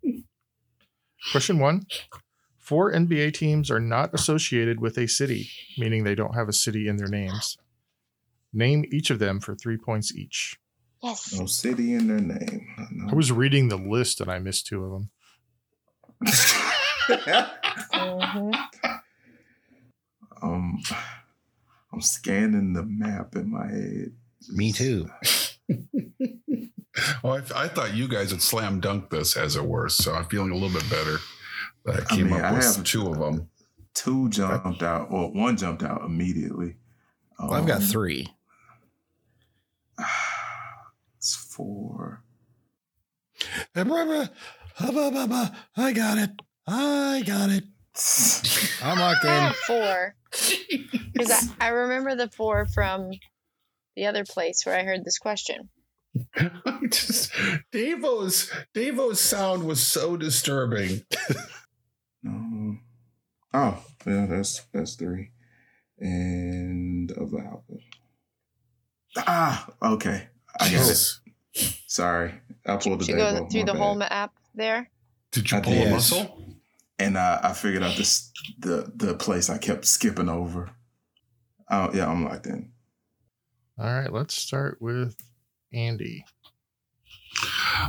Speaker 5: Question one Four NBA teams are not associated with a city, meaning they don't have a city in their names. Name each of them for three points each.
Speaker 4: yes.
Speaker 2: No city in their name. No.
Speaker 5: I was reading the list and I missed two of them.
Speaker 6: Oh.
Speaker 4: Mhm.
Speaker 2: um, I'm scanning the map in my head.
Speaker 6: Me too.
Speaker 3: Oh, I, I thought you guys would slam dunk this, as it were. So I'm feeling a little bit better that I
Speaker 2: I
Speaker 3: came
Speaker 2: mean,
Speaker 3: up
Speaker 2: I
Speaker 3: with
Speaker 2: have-
Speaker 3: two of them.
Speaker 2: Two jumped out, or one jumped out immediately. Um,
Speaker 6: I've got three.
Speaker 2: It's four.
Speaker 6: I got it. I got it. I'm locked
Speaker 4: I
Speaker 6: in.
Speaker 4: have four. Because I, I remember the four from the other place where I heard this question.
Speaker 3: I just Davo's Davo's sound was so disturbing.
Speaker 2: No. Oh, yeah, that's that's three. And about ah, okay, I got it. Sorry, I pulled the
Speaker 4: Should
Speaker 2: Dave
Speaker 4: go
Speaker 2: off,
Speaker 4: through
Speaker 2: my
Speaker 4: the
Speaker 2: bad.
Speaker 4: whole map there.
Speaker 3: Did you
Speaker 2: I
Speaker 3: pull
Speaker 2: did.
Speaker 3: a muscle?
Speaker 2: and I, I figured out this the the place I kept skipping over. Oh yeah, I'm locked in.
Speaker 5: All right, let's start with Andy.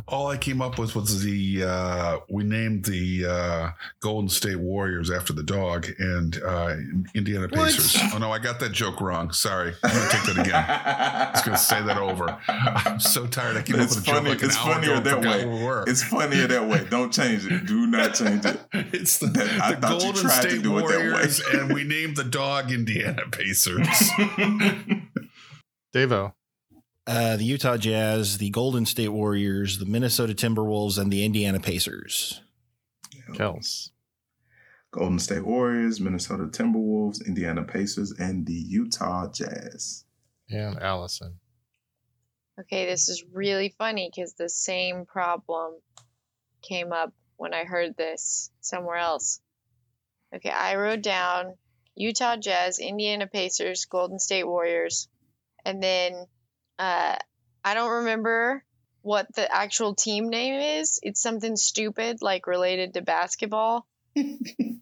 Speaker 3: All I came up with was the uh, we named the uh, Golden State Warriors after the dog and uh, Indiana
Speaker 6: What?
Speaker 3: Pacers. Oh no, I got that joke wrong. Sorry, I'm gonna take that again.
Speaker 2: I
Speaker 3: was gonna say that over. I'm so tired. I came
Speaker 2: It's
Speaker 3: up with a
Speaker 2: funny-
Speaker 3: joke like an
Speaker 2: it's
Speaker 3: hour
Speaker 2: funnier
Speaker 3: ago. and
Speaker 2: that
Speaker 3: forgot
Speaker 2: way.
Speaker 3: where we were.
Speaker 2: It's funnier that way. Don't change it. Do not change it.
Speaker 3: It's the,
Speaker 2: That- I
Speaker 3: the
Speaker 2: thought you
Speaker 3: Golden
Speaker 2: tried to
Speaker 3: State
Speaker 2: do it that way.
Speaker 3: Warriors, and we named the dog Indiana Pacers.
Speaker 5: Devo.
Speaker 6: Uh, the Utah Jazz, the Golden State Warriors, the Minnesota Timberwolves, and the Indiana Pacers.
Speaker 5: Kels.
Speaker 2: Golden State Warriors, Minnesota Timberwolves, Indiana Pacers, and the Utah Jazz.
Speaker 5: And Allison.
Speaker 4: Okay, this is really funny because the same problem came up when I heard this somewhere else. Okay, I wrote down Utah Jazz, Indiana Pacers, Golden State Warriors, and then uh, I don't remember what the actual team name is. It's something stupid, like related to basketball.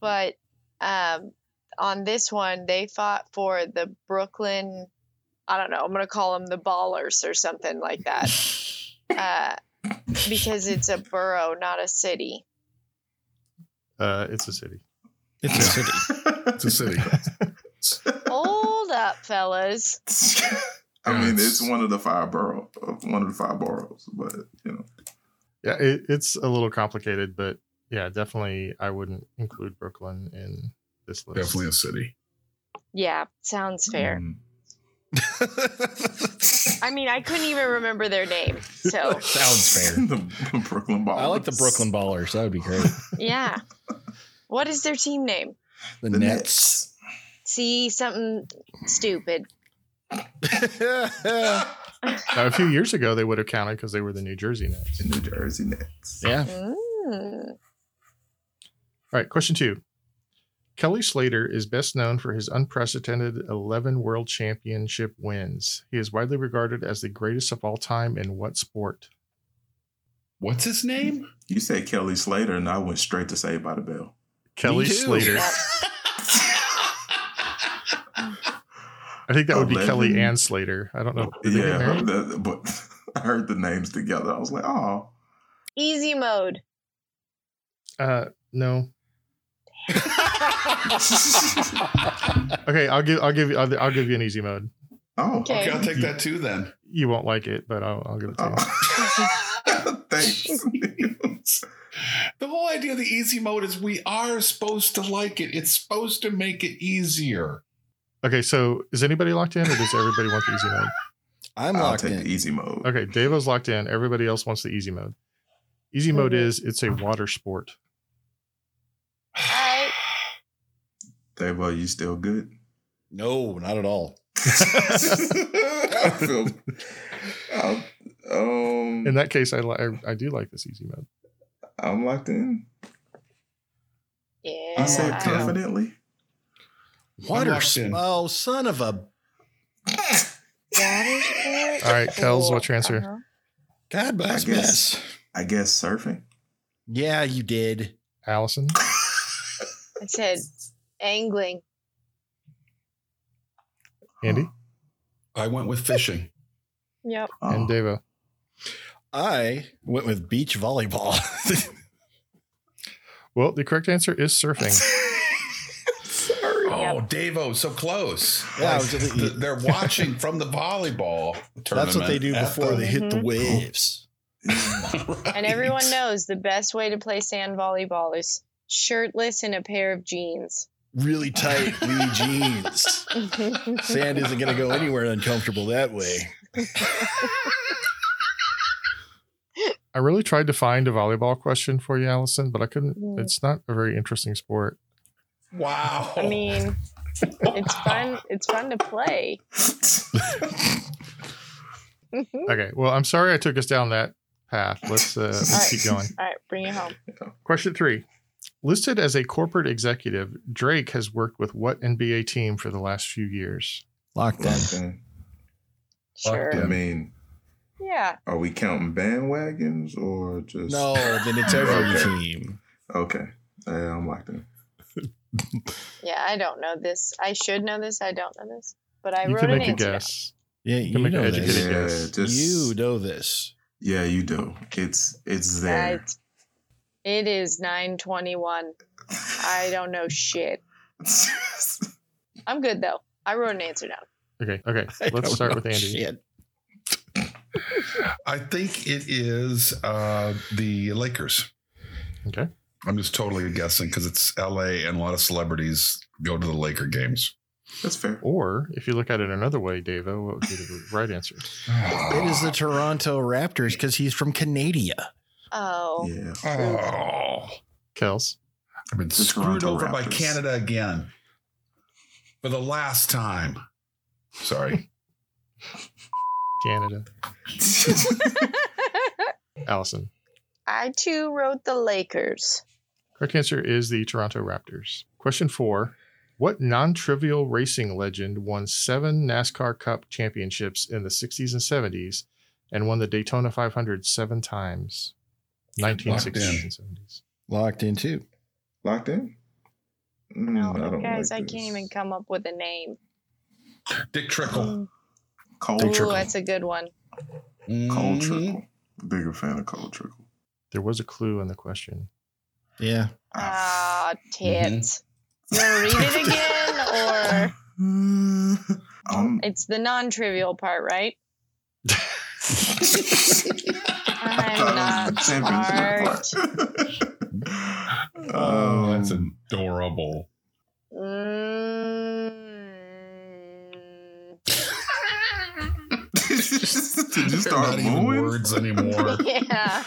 Speaker 4: but um, on this one, they fought for the Brooklyn. I don't know. I'm gonna call them the Ballers or something like that, uh, because it's a borough, not a city.
Speaker 5: Uh, it's a city.
Speaker 1: It's a city.
Speaker 3: It's a city.
Speaker 4: Hold up, fellas.
Speaker 2: I mean, it's one of the five borough, one of the five boroughs, but you know,
Speaker 5: Yeah, it, it's a little complicated, but yeah, definitely I wouldn't include Brooklyn in this list.
Speaker 3: Definitely a city.
Speaker 4: Yeah, sounds fair.
Speaker 5: Hmm.
Speaker 2: Mm.
Speaker 4: I mean, I couldn't even remember their name. So,
Speaker 1: Sounds fair.
Speaker 2: the Brooklyn Ball.
Speaker 6: I like the Brooklyn Ballers. That would be great.
Speaker 4: yeah. What is their team name?
Speaker 6: The, Nets.
Speaker 4: See, something stupid.
Speaker 5: Now, a few years ago, they would have counted because they were the New Jersey Nets.
Speaker 2: The New Jersey Nets.
Speaker 6: Yeah.
Speaker 4: Mm.
Speaker 5: All right, question two. Kelly Slater is best known for his unprecedented 11 world championship wins. He is widely regarded as the greatest of all time in what sport?
Speaker 3: What's his name?
Speaker 2: You said Kelly Slater, and I went straight to Saved by the Bell.
Speaker 5: Kelly
Speaker 6: too.
Speaker 5: Slater. I think that would be
Speaker 2: 11.
Speaker 5: Kelly and Slater. I don't know. Did they get
Speaker 2: yeah,
Speaker 5: married?
Speaker 2: the- but I heard the names together. I was like, oh,
Speaker 4: Easy mode.
Speaker 5: Uh, no. Okay, I'll give I'll give you I'll, I'll give you an easy mode.
Speaker 2: oh,
Speaker 4: Okay.
Speaker 3: Okay, I'll take that too then.
Speaker 5: You won't like it, but I'll, I'll give it to you.
Speaker 2: Oh. Thanks.
Speaker 3: The whole idea of the easy mode is we are supposed to like it. It's supposed to make it easier.
Speaker 5: Okay, so is anybody locked in, or does everybody want the easy mode?
Speaker 6: I'm
Speaker 2: I'll
Speaker 6: locked
Speaker 2: take the
Speaker 6: in.
Speaker 2: easy mode.
Speaker 5: Okay, Davo's locked in. Everybody else wants the easy mode. Easy mode
Speaker 4: Okay.
Speaker 5: is it's a water sport.
Speaker 4: I
Speaker 2: Dave, are you still good?
Speaker 6: No, not at all.
Speaker 2: I feel. I'm, um,
Speaker 5: In that case, I li- I, I do like this easy mode.
Speaker 2: I'm locked in.
Speaker 4: yeah.
Speaker 2: I said
Speaker 4: I-
Speaker 2: confidently.
Speaker 6: Water.
Speaker 3: locked in.
Speaker 6: Oh, son of a
Speaker 4: Water sport?
Speaker 5: All right, Kels,
Speaker 4: Cool.
Speaker 5: what's your answer?
Speaker 4: Uh-huh.
Speaker 6: God bless.
Speaker 2: I guess.
Speaker 6: bless.
Speaker 2: I guess surfing.
Speaker 6: Yeah, you did.
Speaker 5: Allison,
Speaker 4: I said angling.
Speaker 5: Andy,
Speaker 3: I went with fishing.
Speaker 4: Yep.
Speaker 2: Oh,
Speaker 5: and Davo.
Speaker 6: I went with beach volleyball.
Speaker 5: Well, the correct answer is surfing.
Speaker 2: Sorry.
Speaker 3: Oh, Davo, so close.
Speaker 6: Yeah, I was just-
Speaker 3: Th- They're watching from the volleyball tournament.
Speaker 6: That's what they do
Speaker 3: at
Speaker 6: before
Speaker 3: the-
Speaker 6: they hit the
Speaker 4: Mhm.
Speaker 6: waves.
Speaker 3: Right.
Speaker 4: And everyone knows the best way to play sand volleyball is shirtless in a pair of jeans.
Speaker 6: Really tight, wee jeans.
Speaker 5: Mm-hmm.
Speaker 6: Sand isn't going to go anywhere uncomfortable that way.
Speaker 5: I really tried to find a volleyball question for you, Allison, but I couldn't.
Speaker 4: Mm.
Speaker 5: It's not a very interesting sport.
Speaker 3: Wow.
Speaker 4: I mean, it's
Speaker 5: Oh.
Speaker 4: fun. It's fun to play. All
Speaker 5: Okay, well, I'm sorry I took us down that path. Let's uh, let's keep going.
Speaker 4: right, bring it home.
Speaker 5: Question three. Listed as a corporate executive, Drake has worked with what NBA team for the last few years?
Speaker 2: Locked
Speaker 6: Lockdown.
Speaker 2: in. I
Speaker 4: Sure.
Speaker 2: mean,
Speaker 4: Yeah.
Speaker 2: are we counting bandwagons or just
Speaker 6: No, then it's every
Speaker 2: Okay.
Speaker 6: team.
Speaker 2: Okay, yeah, I'm locked in.
Speaker 4: Yeah. I don't know this. I should know this. I don't know this. But I
Speaker 5: you
Speaker 4: wrote
Speaker 5: can
Speaker 4: an
Speaker 5: make a
Speaker 4: answer. down.
Speaker 5: guess.
Speaker 6: Yeah,
Speaker 5: You
Speaker 6: you
Speaker 5: can make an
Speaker 6: know
Speaker 5: educated
Speaker 6: this.
Speaker 2: Yeah,
Speaker 5: guess.
Speaker 2: just
Speaker 6: You know this.
Speaker 2: yeah, you do. It's it's
Speaker 4: Yeah,
Speaker 2: there.
Speaker 4: it's- It is 921. I don't know shit. I'm good though. I wrote an answer down.
Speaker 5: Okay, okay.
Speaker 6: I
Speaker 5: Let's
Speaker 6: don't
Speaker 5: start
Speaker 6: know
Speaker 5: with Andy.
Speaker 6: shit.
Speaker 3: I think it is uh, the Lakers.
Speaker 5: Okay.
Speaker 3: I'm just totally guessing because it's LA and a lot of celebrities go to the Laker games.
Speaker 2: That's fair.
Speaker 5: Or if you look at it another way, Davo, what would be the right answer?
Speaker 6: It is the Toronto Raptors because he's from Canada.
Speaker 4: Oh,
Speaker 2: Yeah.
Speaker 3: Oh.
Speaker 5: Kels.
Speaker 3: I've been
Speaker 2: The
Speaker 3: screwed
Speaker 2: Toronto
Speaker 3: over by
Speaker 2: Raptors.
Speaker 3: Canada again for the last time. Sorry.
Speaker 5: Canada. Allison.
Speaker 11: I too wrote the Lakers.
Speaker 5: Correct answer is the Toronto Raptors. Question four. What non trivial racing legend won seven NASCAR Cup championships in the 60s and 70s and won the Daytona 500 seven times? 1960s and 70s.
Speaker 6: Locked in too.
Speaker 2: Locked in? Mm, I don't
Speaker 11: Guys,
Speaker 2: like
Speaker 11: I
Speaker 2: this.
Speaker 11: can't even come up with a name.
Speaker 3: Dick Trickle.
Speaker 2: Cold
Speaker 11: Ooh,
Speaker 2: trickle.
Speaker 11: that's a good one.
Speaker 2: Cold
Speaker 3: Mhm.
Speaker 2: trickle. Bigger fan of cold trickle.
Speaker 5: There was a clue in the question.
Speaker 6: Yeah.
Speaker 11: Ah, tits. You want to read it again,
Speaker 2: Um,
Speaker 11: or it's the non-trivial part, right? I'm
Speaker 2: I
Speaker 11: not
Speaker 2: thought it was
Speaker 11: smart.
Speaker 2: the championship part.
Speaker 3: Oh, that's
Speaker 2: Um,
Speaker 3: adorable.
Speaker 11: Mm.
Speaker 2: Did you
Speaker 3: Not
Speaker 2: start
Speaker 3: even
Speaker 2: mooing?
Speaker 3: words anymore.
Speaker 11: Mm, Yeah.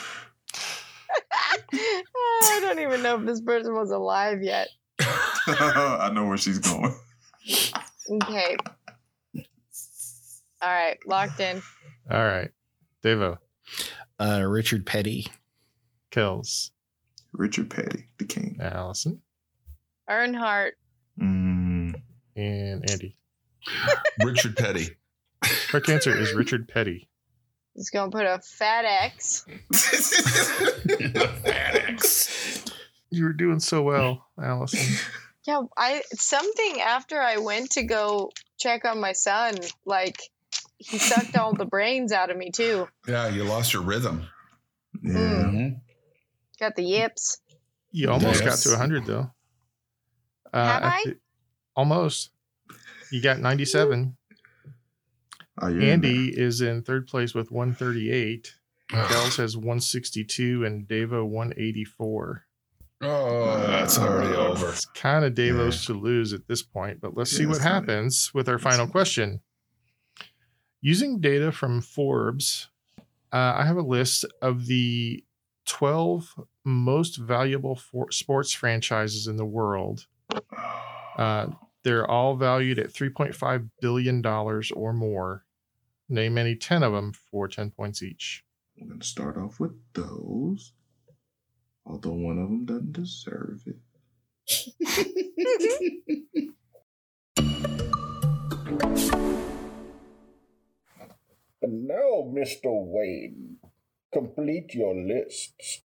Speaker 11: Ah, I don't even know if this person was alive yet.
Speaker 2: I know where she's going.
Speaker 11: Okay. All right, locked in.
Speaker 5: All right. Devo,
Speaker 6: Uh, Richard Petty.
Speaker 5: Kells,
Speaker 2: Richard Petty, the king.
Speaker 5: Allison,
Speaker 11: Earnhardt.
Speaker 2: Mm,
Speaker 5: and Andy.
Speaker 3: Richard Petty.
Speaker 5: Correct answer is Richard Petty.
Speaker 11: He's gonna put a fat X.
Speaker 5: You were doing so well, Allison.
Speaker 11: Yeah, I something after I went to go check on my son, like he sucked all the brains out of me too.
Speaker 3: Yeah, you lost your rhythm.
Speaker 2: yeah.
Speaker 3: Mhm.
Speaker 11: Got the yips.
Speaker 5: You almost
Speaker 3: Yes.
Speaker 5: got to 100, though. Uh,
Speaker 11: Have I?
Speaker 5: th- Almost. You got 97.
Speaker 2: Oh, you're in
Speaker 5: Andy is in third place with 138.
Speaker 3: Oh,
Speaker 5: Dells has 162 and Devo 184.
Speaker 3: Oh,
Speaker 2: Uh,
Speaker 3: that's already over.
Speaker 5: Uh, It's kind of Davos to lose at this point, but let's see
Speaker 2: Yeah,
Speaker 5: what
Speaker 2: it's kinda-
Speaker 5: happens with our final question. Using data from Forbes, uh, I have a list of the 12 most valuable for- sports franchises in the world. Uh, they're all valued at $3.5 billion or more. Name any 10 of them for 10 points each.
Speaker 2: We're going to start off with those, although one of them doesn't deserve it.
Speaker 12: And now, Mr. Wayne, complete your lists.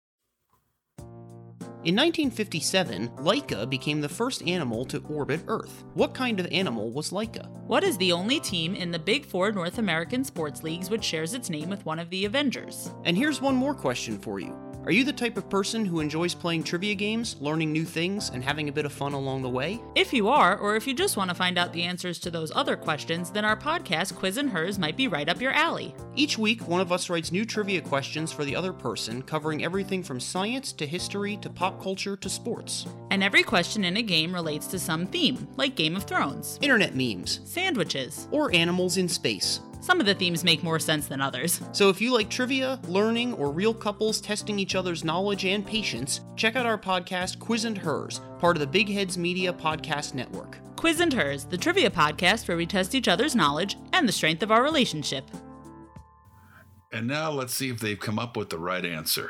Speaker 13: In 1957, Leica became the first animal to orbit Earth. What kind of animal was Leica?
Speaker 14: What is the only team in the Big Four North American sports leagues which shares its name with one of the Avengers?
Speaker 13: And here's one more question for you. Are you the type of person who enjoys playing trivia games, learning new things, and having a bit of fun along the way?
Speaker 14: If you are, or if you just want to find out the answers to those other questions, then our podcast, Quiz and Hers, might be right up your alley.
Speaker 13: Each week, one of us writes new trivia questions for the other person, covering everything from science to history to pop culture to sports.
Speaker 14: And every question in a game relates to some theme, like Game of Thrones,
Speaker 13: Internet memes,
Speaker 14: sandwiches.
Speaker 13: or animals in space.
Speaker 14: Some of the themes make more sense than others.
Speaker 13: So if you like trivia, learning, or real couples testing each other's knowledge and patience, check out our podcast Quiz and Hers, part of the Big Heads Media Podcast Network.
Speaker 14: Quiz and Hers, the trivia podcast where we test each other's knowledge and the strength of our relationship.
Speaker 3: And now let's see if they've come up with the right answer.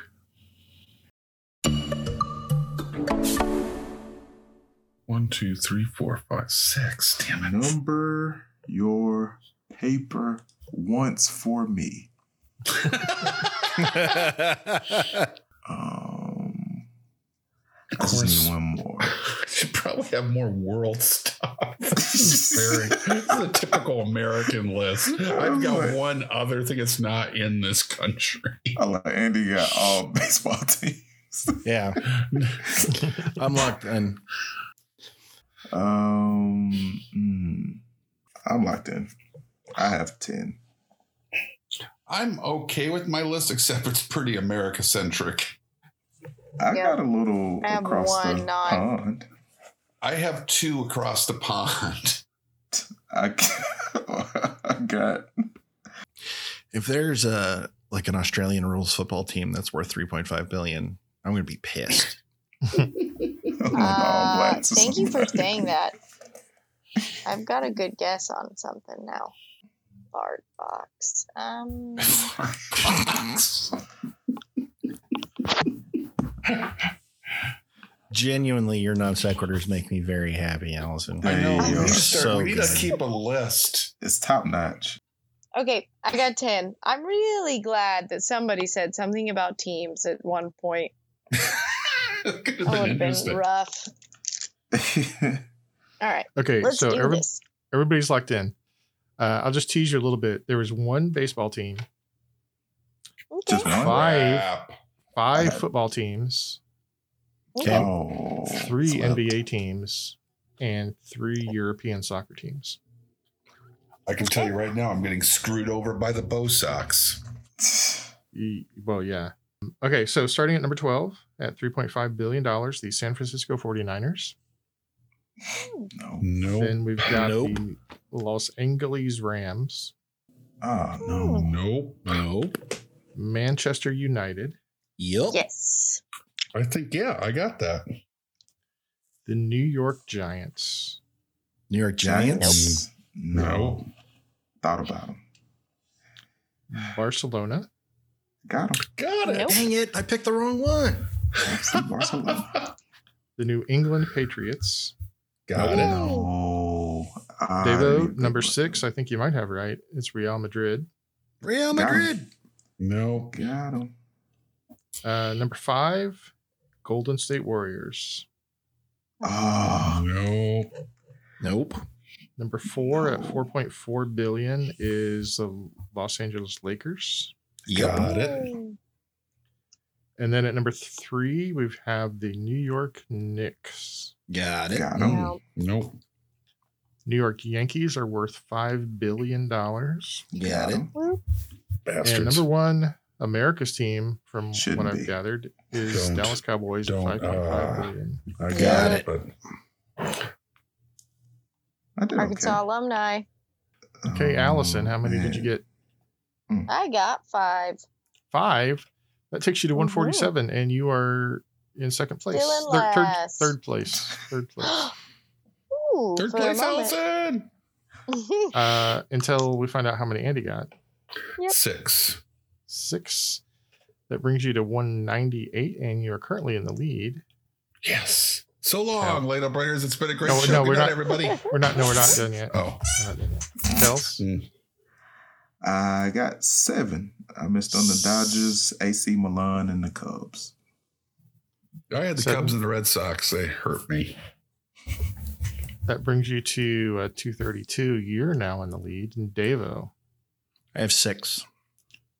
Speaker 3: One, two, three, four, five, six. Damn it.
Speaker 2: Number your paper once for me. Um, I just
Speaker 3: course.
Speaker 2: need one more.
Speaker 3: should probably have more world stuff. This is very this is a typical American list. I've got one other thing that's not in this country.
Speaker 2: I like Andy got all baseball team.
Speaker 6: Yeah. I'm locked in.
Speaker 2: Um, mm, I'm locked in. I have ten.
Speaker 3: I'm okay with my list, except it's pretty America centric.
Speaker 2: I
Speaker 11: Yeah.
Speaker 2: got a little
Speaker 11: I have
Speaker 2: across the
Speaker 11: one, not-
Speaker 2: pond.
Speaker 3: I have two across the pond.
Speaker 2: I, got- I got
Speaker 6: If there's a like an Australian rules football team that's worth 3.5 billion, I'm going to be pissed.
Speaker 2: oh, all
Speaker 11: Uh,
Speaker 2: blacks or
Speaker 11: thank you for
Speaker 2: something.
Speaker 11: saying that. I've got a good guess on something now. Bard box. Um,
Speaker 6: Genuinely, your non sequiturs make me very happy, Allison.
Speaker 3: I know.
Speaker 6: They
Speaker 3: we
Speaker 6: are
Speaker 3: need to, start,
Speaker 6: so
Speaker 3: we need to
Speaker 6: good.
Speaker 3: keep a list.
Speaker 2: It's top notch.
Speaker 11: okay, I got ten. I'm really glad that somebody said something about teams at one point.
Speaker 3: Could
Speaker 4: Oh,
Speaker 11: That would have been rough. All right.
Speaker 5: Okay,
Speaker 11: Let's
Speaker 5: so
Speaker 11: do
Speaker 5: every,
Speaker 11: this.
Speaker 5: everybody's locked in. Uh, I'll just tease you a little bit. There was one baseball team,
Speaker 2: Just one.
Speaker 5: five,
Speaker 3: Crap.
Speaker 5: five football teams,
Speaker 11: Okay.
Speaker 2: Oh,
Speaker 5: three
Speaker 2: slipped.
Speaker 5: NBA teams, and three European soccer teams.
Speaker 3: I can tell you right now, I'm getting screwed over by the Bo Sox.
Speaker 5: E- Well, yeah. Okay, so starting at number 12 at $3.5 billion, the San Francisco 49ers.
Speaker 2: No.
Speaker 3: No.
Speaker 5: Then we've got
Speaker 6: Nope.
Speaker 5: the Los Angeles Rams,
Speaker 2: Oh, no.
Speaker 3: Nope. Nope.
Speaker 5: Manchester United,
Speaker 6: Yup.
Speaker 11: Yes.
Speaker 3: I think, yeah, I got that.
Speaker 5: the New York Giants,
Speaker 6: New York Giants.
Speaker 2: Giants? No. Thought about them.
Speaker 5: Barcelona,
Speaker 2: Got them.
Speaker 3: Got it.
Speaker 11: Nope.
Speaker 6: Dang it. I picked the wrong one.
Speaker 2: Barcelona.
Speaker 5: the New England Patriots.
Speaker 3: Got it.
Speaker 2: No. Ah,
Speaker 6: Ah,
Speaker 2: I didn't
Speaker 5: Devo,
Speaker 2: think
Speaker 5: number
Speaker 2: about
Speaker 5: six, I think you might have right. It's Real Madrid.
Speaker 6: Real
Speaker 2: Got 'em.
Speaker 6: Madrid.
Speaker 3: Nope.
Speaker 2: it. Got 'em.
Speaker 5: Uh, number five, Golden State Warriors.
Speaker 2: Oh,
Speaker 3: Nope.
Speaker 6: Nope.
Speaker 5: Number four at 4.4 billion is the Los Angeles Lakers.
Speaker 6: Yup.
Speaker 3: Got it.
Speaker 5: And then at number three, we have the New York Knicks.
Speaker 6: Got it.
Speaker 2: got 'em.
Speaker 11: No.
Speaker 3: Nope.
Speaker 5: New York Yankees are worth $5 billion.
Speaker 6: Got it.
Speaker 5: And
Speaker 3: Bastards.
Speaker 5: number one, America's team, from
Speaker 2: Shouldn't
Speaker 5: what I've
Speaker 2: be.
Speaker 5: gathered, is
Speaker 3: Don't-
Speaker 5: Dallas Cowboys at
Speaker 3: don't,
Speaker 5: 5.5 billion.
Speaker 3: uh, I got,
Speaker 6: Got
Speaker 3: it. but
Speaker 2: I did
Speaker 11: Arkansas alumni.
Speaker 2: Okay,
Speaker 5: Okay,
Speaker 2: Oh,
Speaker 5: Allison, how many did you
Speaker 2: man.
Speaker 5: get?
Speaker 11: I got five.
Speaker 5: Five. That takes you to
Speaker 11: Mhm.
Speaker 5: 147, and you are in second place.
Speaker 11: Still in
Speaker 5: Thir- third,
Speaker 11: last.
Speaker 5: third place. Third place.
Speaker 11: Ooh,
Speaker 3: third
Speaker 11: for a
Speaker 3: place,
Speaker 11: moment.
Speaker 3: Allison.
Speaker 5: Uh, until we find out how many Andy got.
Speaker 11: Yep.
Speaker 3: Six.
Speaker 5: Six. That brings you to 198, and you are currently in the lead.
Speaker 3: Yes. So long,
Speaker 5: Yeah.
Speaker 3: Late Operators. It's been a great
Speaker 5: No,
Speaker 3: show.
Speaker 5: no,
Speaker 3: Good
Speaker 5: we're
Speaker 3: night,
Speaker 5: not-
Speaker 3: everybody.
Speaker 5: We're not. No, we're not done yet.
Speaker 3: Oh,
Speaker 5: We're not done yet. Kels?
Speaker 2: I got seven. I missed on the Dodgers, AC Milan, and the Cubs.
Speaker 3: I had Oh, the
Speaker 5: Seven.
Speaker 3: Cubs and the Red Sox. They hurt me.
Speaker 5: That brings you to uh, 232. You're now in the lead. And Davo,
Speaker 6: I have six.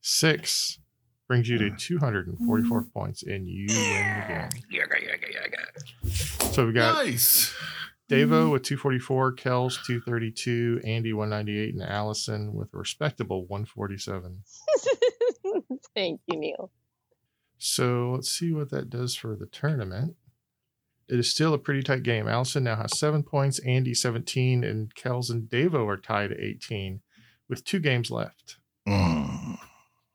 Speaker 5: six brings you to 244 points, and you win the game. So we got
Speaker 3: Nice.
Speaker 5: Davo with 244, Kels 232, Andy 198, and Allison with a respectable 147.
Speaker 11: Thank you, Neil.
Speaker 5: So let's see what that does for the tournament. It is still a pretty tight game. Allison now has seven points, Andy 17, and Kels and Davo are tied at 18 with two games left.
Speaker 6: Mm.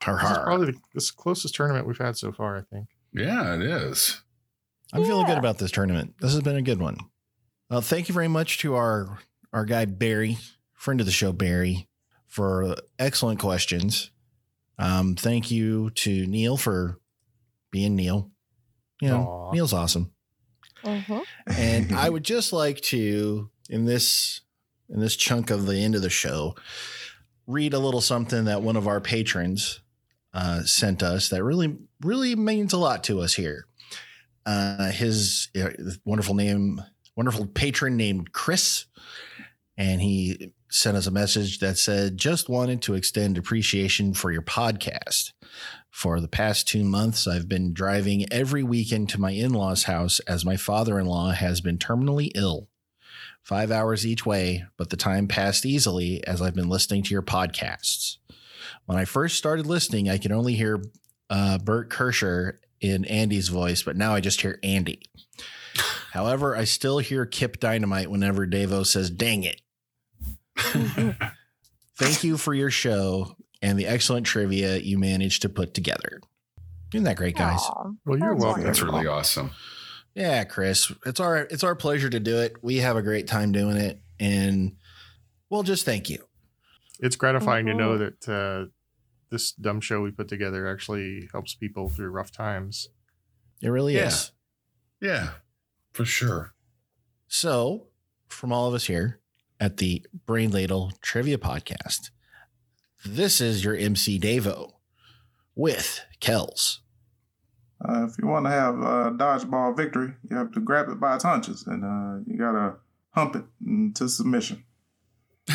Speaker 6: Har
Speaker 5: This is
Speaker 6: har.
Speaker 5: probably the this closest tournament we've had so far, I think.
Speaker 3: Yeah, it is.
Speaker 6: I'm feeling
Speaker 11: Yeah.
Speaker 6: good about this tournament. This has been a good one. Well, thank you very much to our our guy Barry, friend of the show Barry, for excellent questions. Um, thank you to Neil for being Neil. You know,
Speaker 5: Aw.
Speaker 6: Neil's awesome.
Speaker 11: Mm-hmm.
Speaker 6: And I would just like to in this in this chunk of the end of the show read a little something that one of our patrons uh, sent us that really really means a lot to us here. Uh, his uh, wonderful name, wonderful patron named Chris, and he sent us a message that said, "Just wanted to extend appreciation for your podcast." For the past two months, I've been driving every weekend to my in law's house as my father in law has been terminally ill. Five hours each way, but the time passed easily as I've been listening to your podcasts. When I first started listening, I could only hear uh, Bert Kirscher in Andy's voice, but now I just hear Andy. However, I still hear Kip Dynamite whenever Davo says, dang it. Thank you for your show and the excellent trivia you managed to put together. Isn't that great, guys?
Speaker 11: Aw,
Speaker 5: Well, you're
Speaker 11: that's
Speaker 5: welcome.
Speaker 3: That's
Speaker 11: wonderful.
Speaker 3: really awesome.
Speaker 6: Yeah, Chris, it's our it's our pleasure to do it. We have a great time doing it, and well, just thank you.
Speaker 5: It's gratifying to know that uh, this dumb show we put together actually helps people through rough times.
Speaker 6: It really
Speaker 3: Yeah.
Speaker 6: is.
Speaker 3: Yeah, for sure.
Speaker 6: So, from all of us here at the Brain Ladle Trivia Podcast, this is your MC Davo with Kells.
Speaker 2: Uh, if you want to have a dodgeball victory, you have to grab it by its hunches and uh, you got to hump it into submission.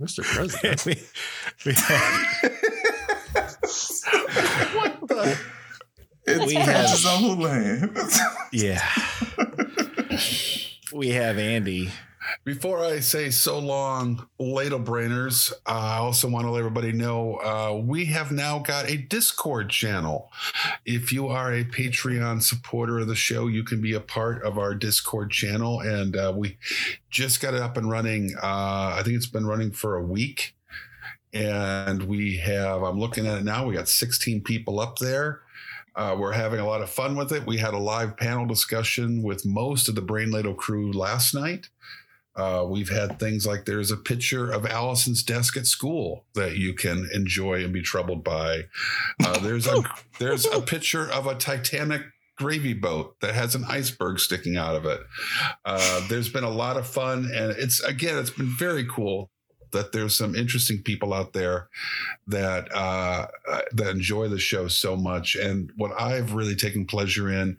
Speaker 5: Mr. President.
Speaker 6: we, we have,
Speaker 2: It's
Speaker 6: We
Speaker 2: patches
Speaker 6: have-
Speaker 2: on who land.
Speaker 6: yeah, we have Andy.
Speaker 3: Before I say so long, ladle brainers, uh, I also want to let everybody know uh, we have now got a Discord channel. If you are a Patreon supporter of the show, you can be a part of our Discord channel. And uh, we just got it up and running. Uh, I think it's been running for a week. And we have, I'm looking at it now, we got 16 people up there. Uh, we're having a lot of fun with it. We had a live panel discussion with most of the Brain Ladle crew last night. Uh, we've had things like there's a picture of Allison's desk at school that you can enjoy and be troubled by. Uh, there's a there's a picture of a Titanic gravy boat that has an iceberg sticking out of it. Uh, there's been a lot of fun, and it's again it's been very cool that there's some interesting people out there that uh, uh, that enjoy the show so much. And what I've really taken pleasure in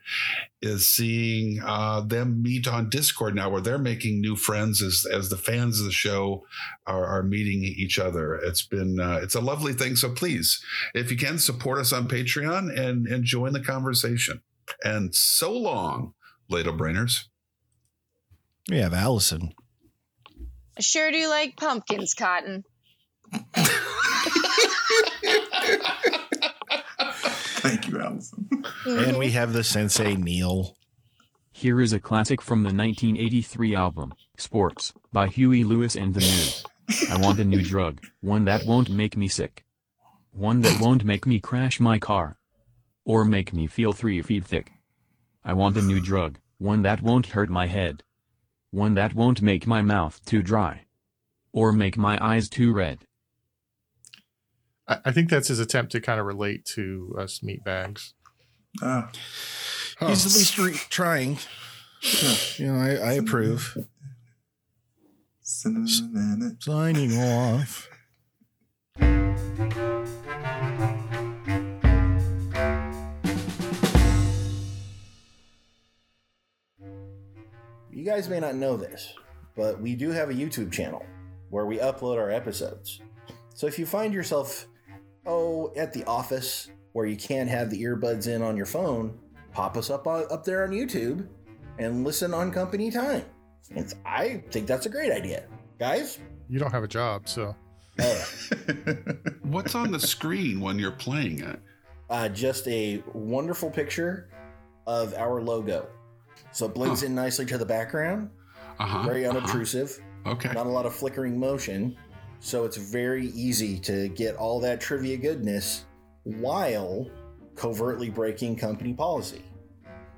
Speaker 3: is seeing uh, them meet on Discord now, where they're making new friends as as the fans of the show are, are meeting each other. It's been uh, it's a lovely thing. So please, if you can, support us on Patreon and and join the conversation. And so long, ladle brainers.
Speaker 6: We have Allison.
Speaker 15: I sure do like pumpkins, Cotton.
Speaker 2: Thank you, Allison.
Speaker 4: Mm-hmm.
Speaker 6: And we have the sensei Neil.
Speaker 9: Here is a classic from the 1983 album, Sports, by Huey Lewis and the News. I want a new drug, one that won't make me sick. One that won't make me crash my car. Or make me feel three feet thick. I want a new drug, one that won't hurt my head. One that won't make my mouth too dry. Or make my eyes too red.
Speaker 5: I, I think that's his attempt to kind of relate to us meatbags.
Speaker 2: Ah.
Speaker 6: He's at least re- trying. You know, I, I approve. Signing off. You guys may not know this, but we do have a YouTube channel where we upload our episodes. So if you find yourself, oh, at the office where you can't have the earbuds in on your phone, pop us up on, up there on YouTube and listen on company time. It's, I think that's a great idea. Guys?
Speaker 5: You don't have a job, so
Speaker 6: Oh,
Speaker 3: What's on the screen when you're playing it?
Speaker 6: uh, just a wonderful picture of our logo. So it blends in nicely to the background.
Speaker 3: Uh-huh,
Speaker 6: very
Speaker 3: uh-huh.
Speaker 6: unobtrusive.
Speaker 3: Okay.
Speaker 6: Not a lot of flickering motion. So it's very easy to get all that trivia goodness while covertly breaking company policy.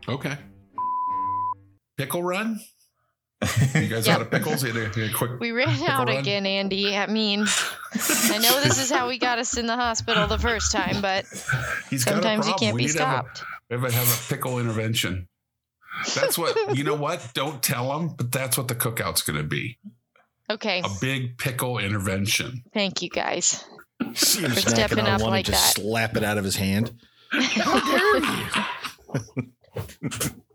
Speaker 3: Okay. Pickle run. You guys out of pickles? Hit a, hit a quick.
Speaker 4: We ran
Speaker 3: pickle
Speaker 4: out
Speaker 3: run?
Speaker 4: again, Andy. I mean, I know this is how we got us in the hospital the first time, but
Speaker 3: He's got
Speaker 4: sometimes
Speaker 3: a
Speaker 4: you
Speaker 3: problem.
Speaker 4: can't
Speaker 3: we
Speaker 4: be
Speaker 3: need to have a-
Speaker 4: stopped.
Speaker 3: we have, a, have a pickle intervention. That's what you know. What? Don't tell him. But that's what the cookout's going to be.
Speaker 4: Okay.
Speaker 3: A big pickle intervention.
Speaker 4: Thank you guys.
Speaker 6: See
Speaker 4: him For snacking stepping on up one and like just that.
Speaker 6: slap it out of his hand.
Speaker 4: How dare you?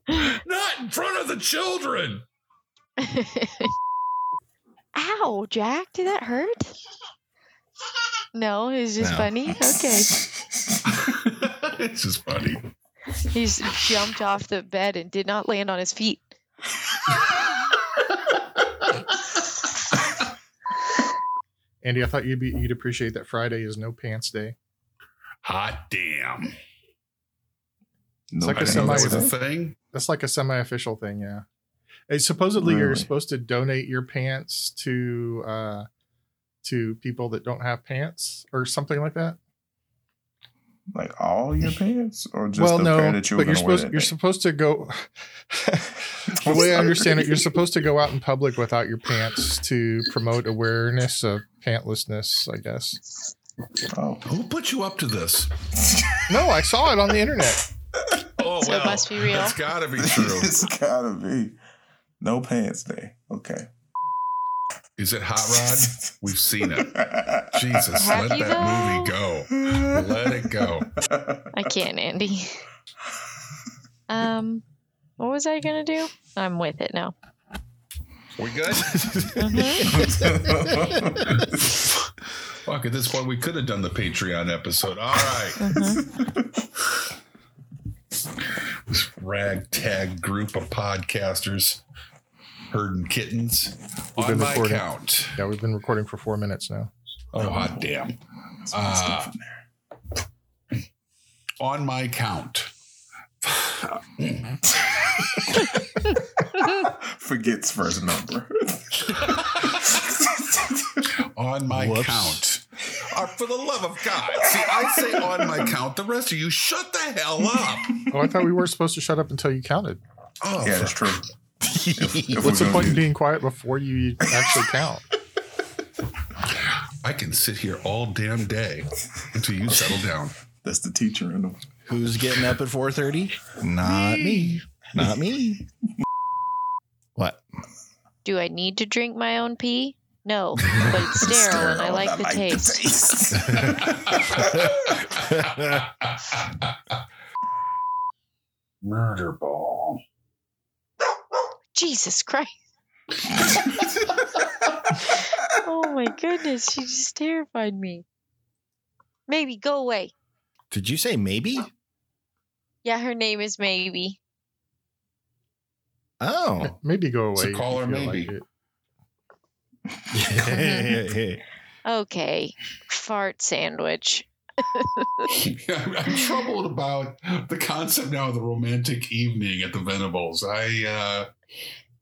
Speaker 3: Not in front of the children.
Speaker 4: Ow, Jack, did that hurt? No, it's just
Speaker 3: No.
Speaker 4: funny. Okay.
Speaker 3: This is funny.
Speaker 4: He's jumped off the bed and did not land on his feet.
Speaker 5: Andy, I thought you'd be you'd appreciate that Friday is no pants day.
Speaker 3: Hot damn.
Speaker 5: It's like
Speaker 3: I
Speaker 5: a
Speaker 3: didn't know
Speaker 5: semi
Speaker 3: that was a thing.
Speaker 5: That's like a semi-official thing, yeah. And supposedly you're
Speaker 3: Really?
Speaker 5: supposed to donate your pants to uh to people that don't have pants or something like that.
Speaker 2: Like all your pants, or just
Speaker 5: well,
Speaker 2: the
Speaker 5: no,
Speaker 2: pair that you were
Speaker 5: but you're
Speaker 2: going to wear?
Speaker 5: supposed
Speaker 2: that day?
Speaker 5: you're supposed to go. the
Speaker 2: I'm
Speaker 5: way I understand
Speaker 2: sorry.
Speaker 5: it, you're supposed to go out in public without your pants to promote awareness of pantlessness. I guess.
Speaker 2: Oh,
Speaker 3: who put you up to this?
Speaker 5: No, I saw it on the internet.
Speaker 3: Oh,
Speaker 4: So it
Speaker 3: well,
Speaker 4: must be real.
Speaker 3: That's gotta be true.
Speaker 2: it's gotta be no pants day. Okay.
Speaker 3: Is it Hot Rod? We've seen it. Jesus,
Speaker 4: Have
Speaker 3: let
Speaker 4: you
Speaker 3: that movie go. Let it go.
Speaker 4: I can't, Andy. Um, what was I gonna do? I'm with it now.
Speaker 3: We good? Fuck, at this point, we could have done the Patreon episode. All right.
Speaker 4: Uh-huh.
Speaker 3: this ragtag group of podcasters herding kittens
Speaker 5: We've
Speaker 3: on
Speaker 5: been
Speaker 3: my
Speaker 5: recording.
Speaker 3: count.
Speaker 5: Yeah, we've been recording for four minutes now.
Speaker 3: Oh, hot damn. Uh, on my count.
Speaker 2: Forgets first number.
Speaker 3: on my
Speaker 2: Whoops.
Speaker 3: count. Uh, for the love of God. See, I say on my count. The rest of you, shut the hell up.
Speaker 5: Oh, I thought we weren't supposed to shut up until you counted.
Speaker 3: Oh,
Speaker 2: yeah, that's true.
Speaker 5: What's the
Speaker 2: we're gonna
Speaker 5: point in
Speaker 2: do-
Speaker 5: being quiet before you actually count?
Speaker 3: I can sit here all damn day until you settle down.
Speaker 2: That's the teacher in them.
Speaker 6: Who's getting up at 4:30? Not me. Not me. What?
Speaker 4: Do I need to drink my own pee? No, but it's sterile and I
Speaker 2: Sterile,
Speaker 4: like
Speaker 2: I
Speaker 4: the
Speaker 2: like the
Speaker 4: taste.
Speaker 8: Murder ball.
Speaker 4: Jesus Christ. oh my goodness, she just terrified me. Maybe go away.
Speaker 6: Did you say maybe?
Speaker 4: Yeah, her name is Maybe.
Speaker 6: Oh.
Speaker 5: Maybe go away.
Speaker 3: So
Speaker 5: if
Speaker 3: call
Speaker 5: you
Speaker 3: her
Speaker 5: feel
Speaker 3: maybe.
Speaker 5: like it.
Speaker 4: Okay, fart sandwich.
Speaker 3: I'm, I'm troubled about the concept now of the romantic evening at the Venables. I uh,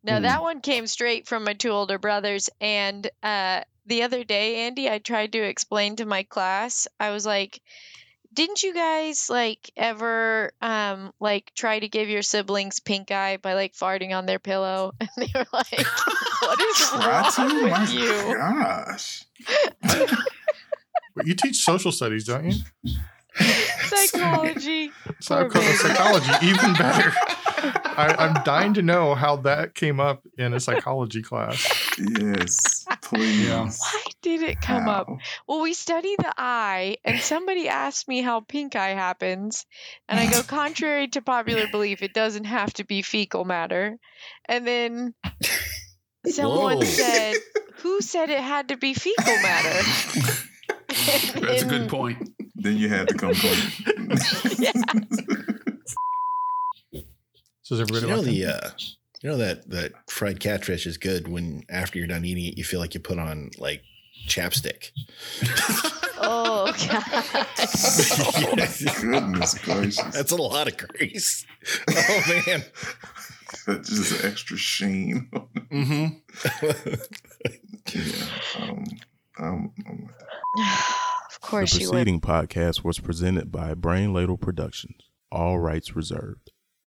Speaker 4: Now
Speaker 3: Ooh.
Speaker 4: that one came straight from my two older brothers and uh the other day Andy I tried to explain to my class. I was like didn't you guys like ever um like try to give your siblings pink eye by like farting on their pillow and they were like what is
Speaker 2: Try to?
Speaker 4: wrong
Speaker 2: Oh My
Speaker 4: with you?
Speaker 2: gosh.
Speaker 5: But you teach social studies, don't you?
Speaker 4: Psychology.
Speaker 5: So psychology, even better. I, I'm dying to know how that came up in a psychology class.
Speaker 2: Yes, please.
Speaker 4: Why did it come up? Well, we study the eye, and somebody asked me how pink eye happens. And I go, contrary to popular belief, it doesn't have to be fecal matter. And then someone
Speaker 3: Whoa.
Speaker 4: said, Who said it had to be fecal matter? And
Speaker 3: that's a
Speaker 4: then-
Speaker 3: good point.
Speaker 2: Then you had to come clean.
Speaker 5: So is everybody
Speaker 6: you know
Speaker 5: like
Speaker 6: the
Speaker 5: that?
Speaker 6: uh, you know that that fried catfish is good when after you're done eating it, you feel like you put on like chapstick.
Speaker 4: Oh, God.
Speaker 2: Goodness gracious.
Speaker 6: That's a lot of grease. Oh man.
Speaker 2: That's just an extra sheen.
Speaker 6: mm-hmm.
Speaker 2: yeah. Um, um, um,
Speaker 4: of course
Speaker 16: the
Speaker 4: you would.
Speaker 16: preceding podcast was presented by Brain Ladle Productions. All rights reserved.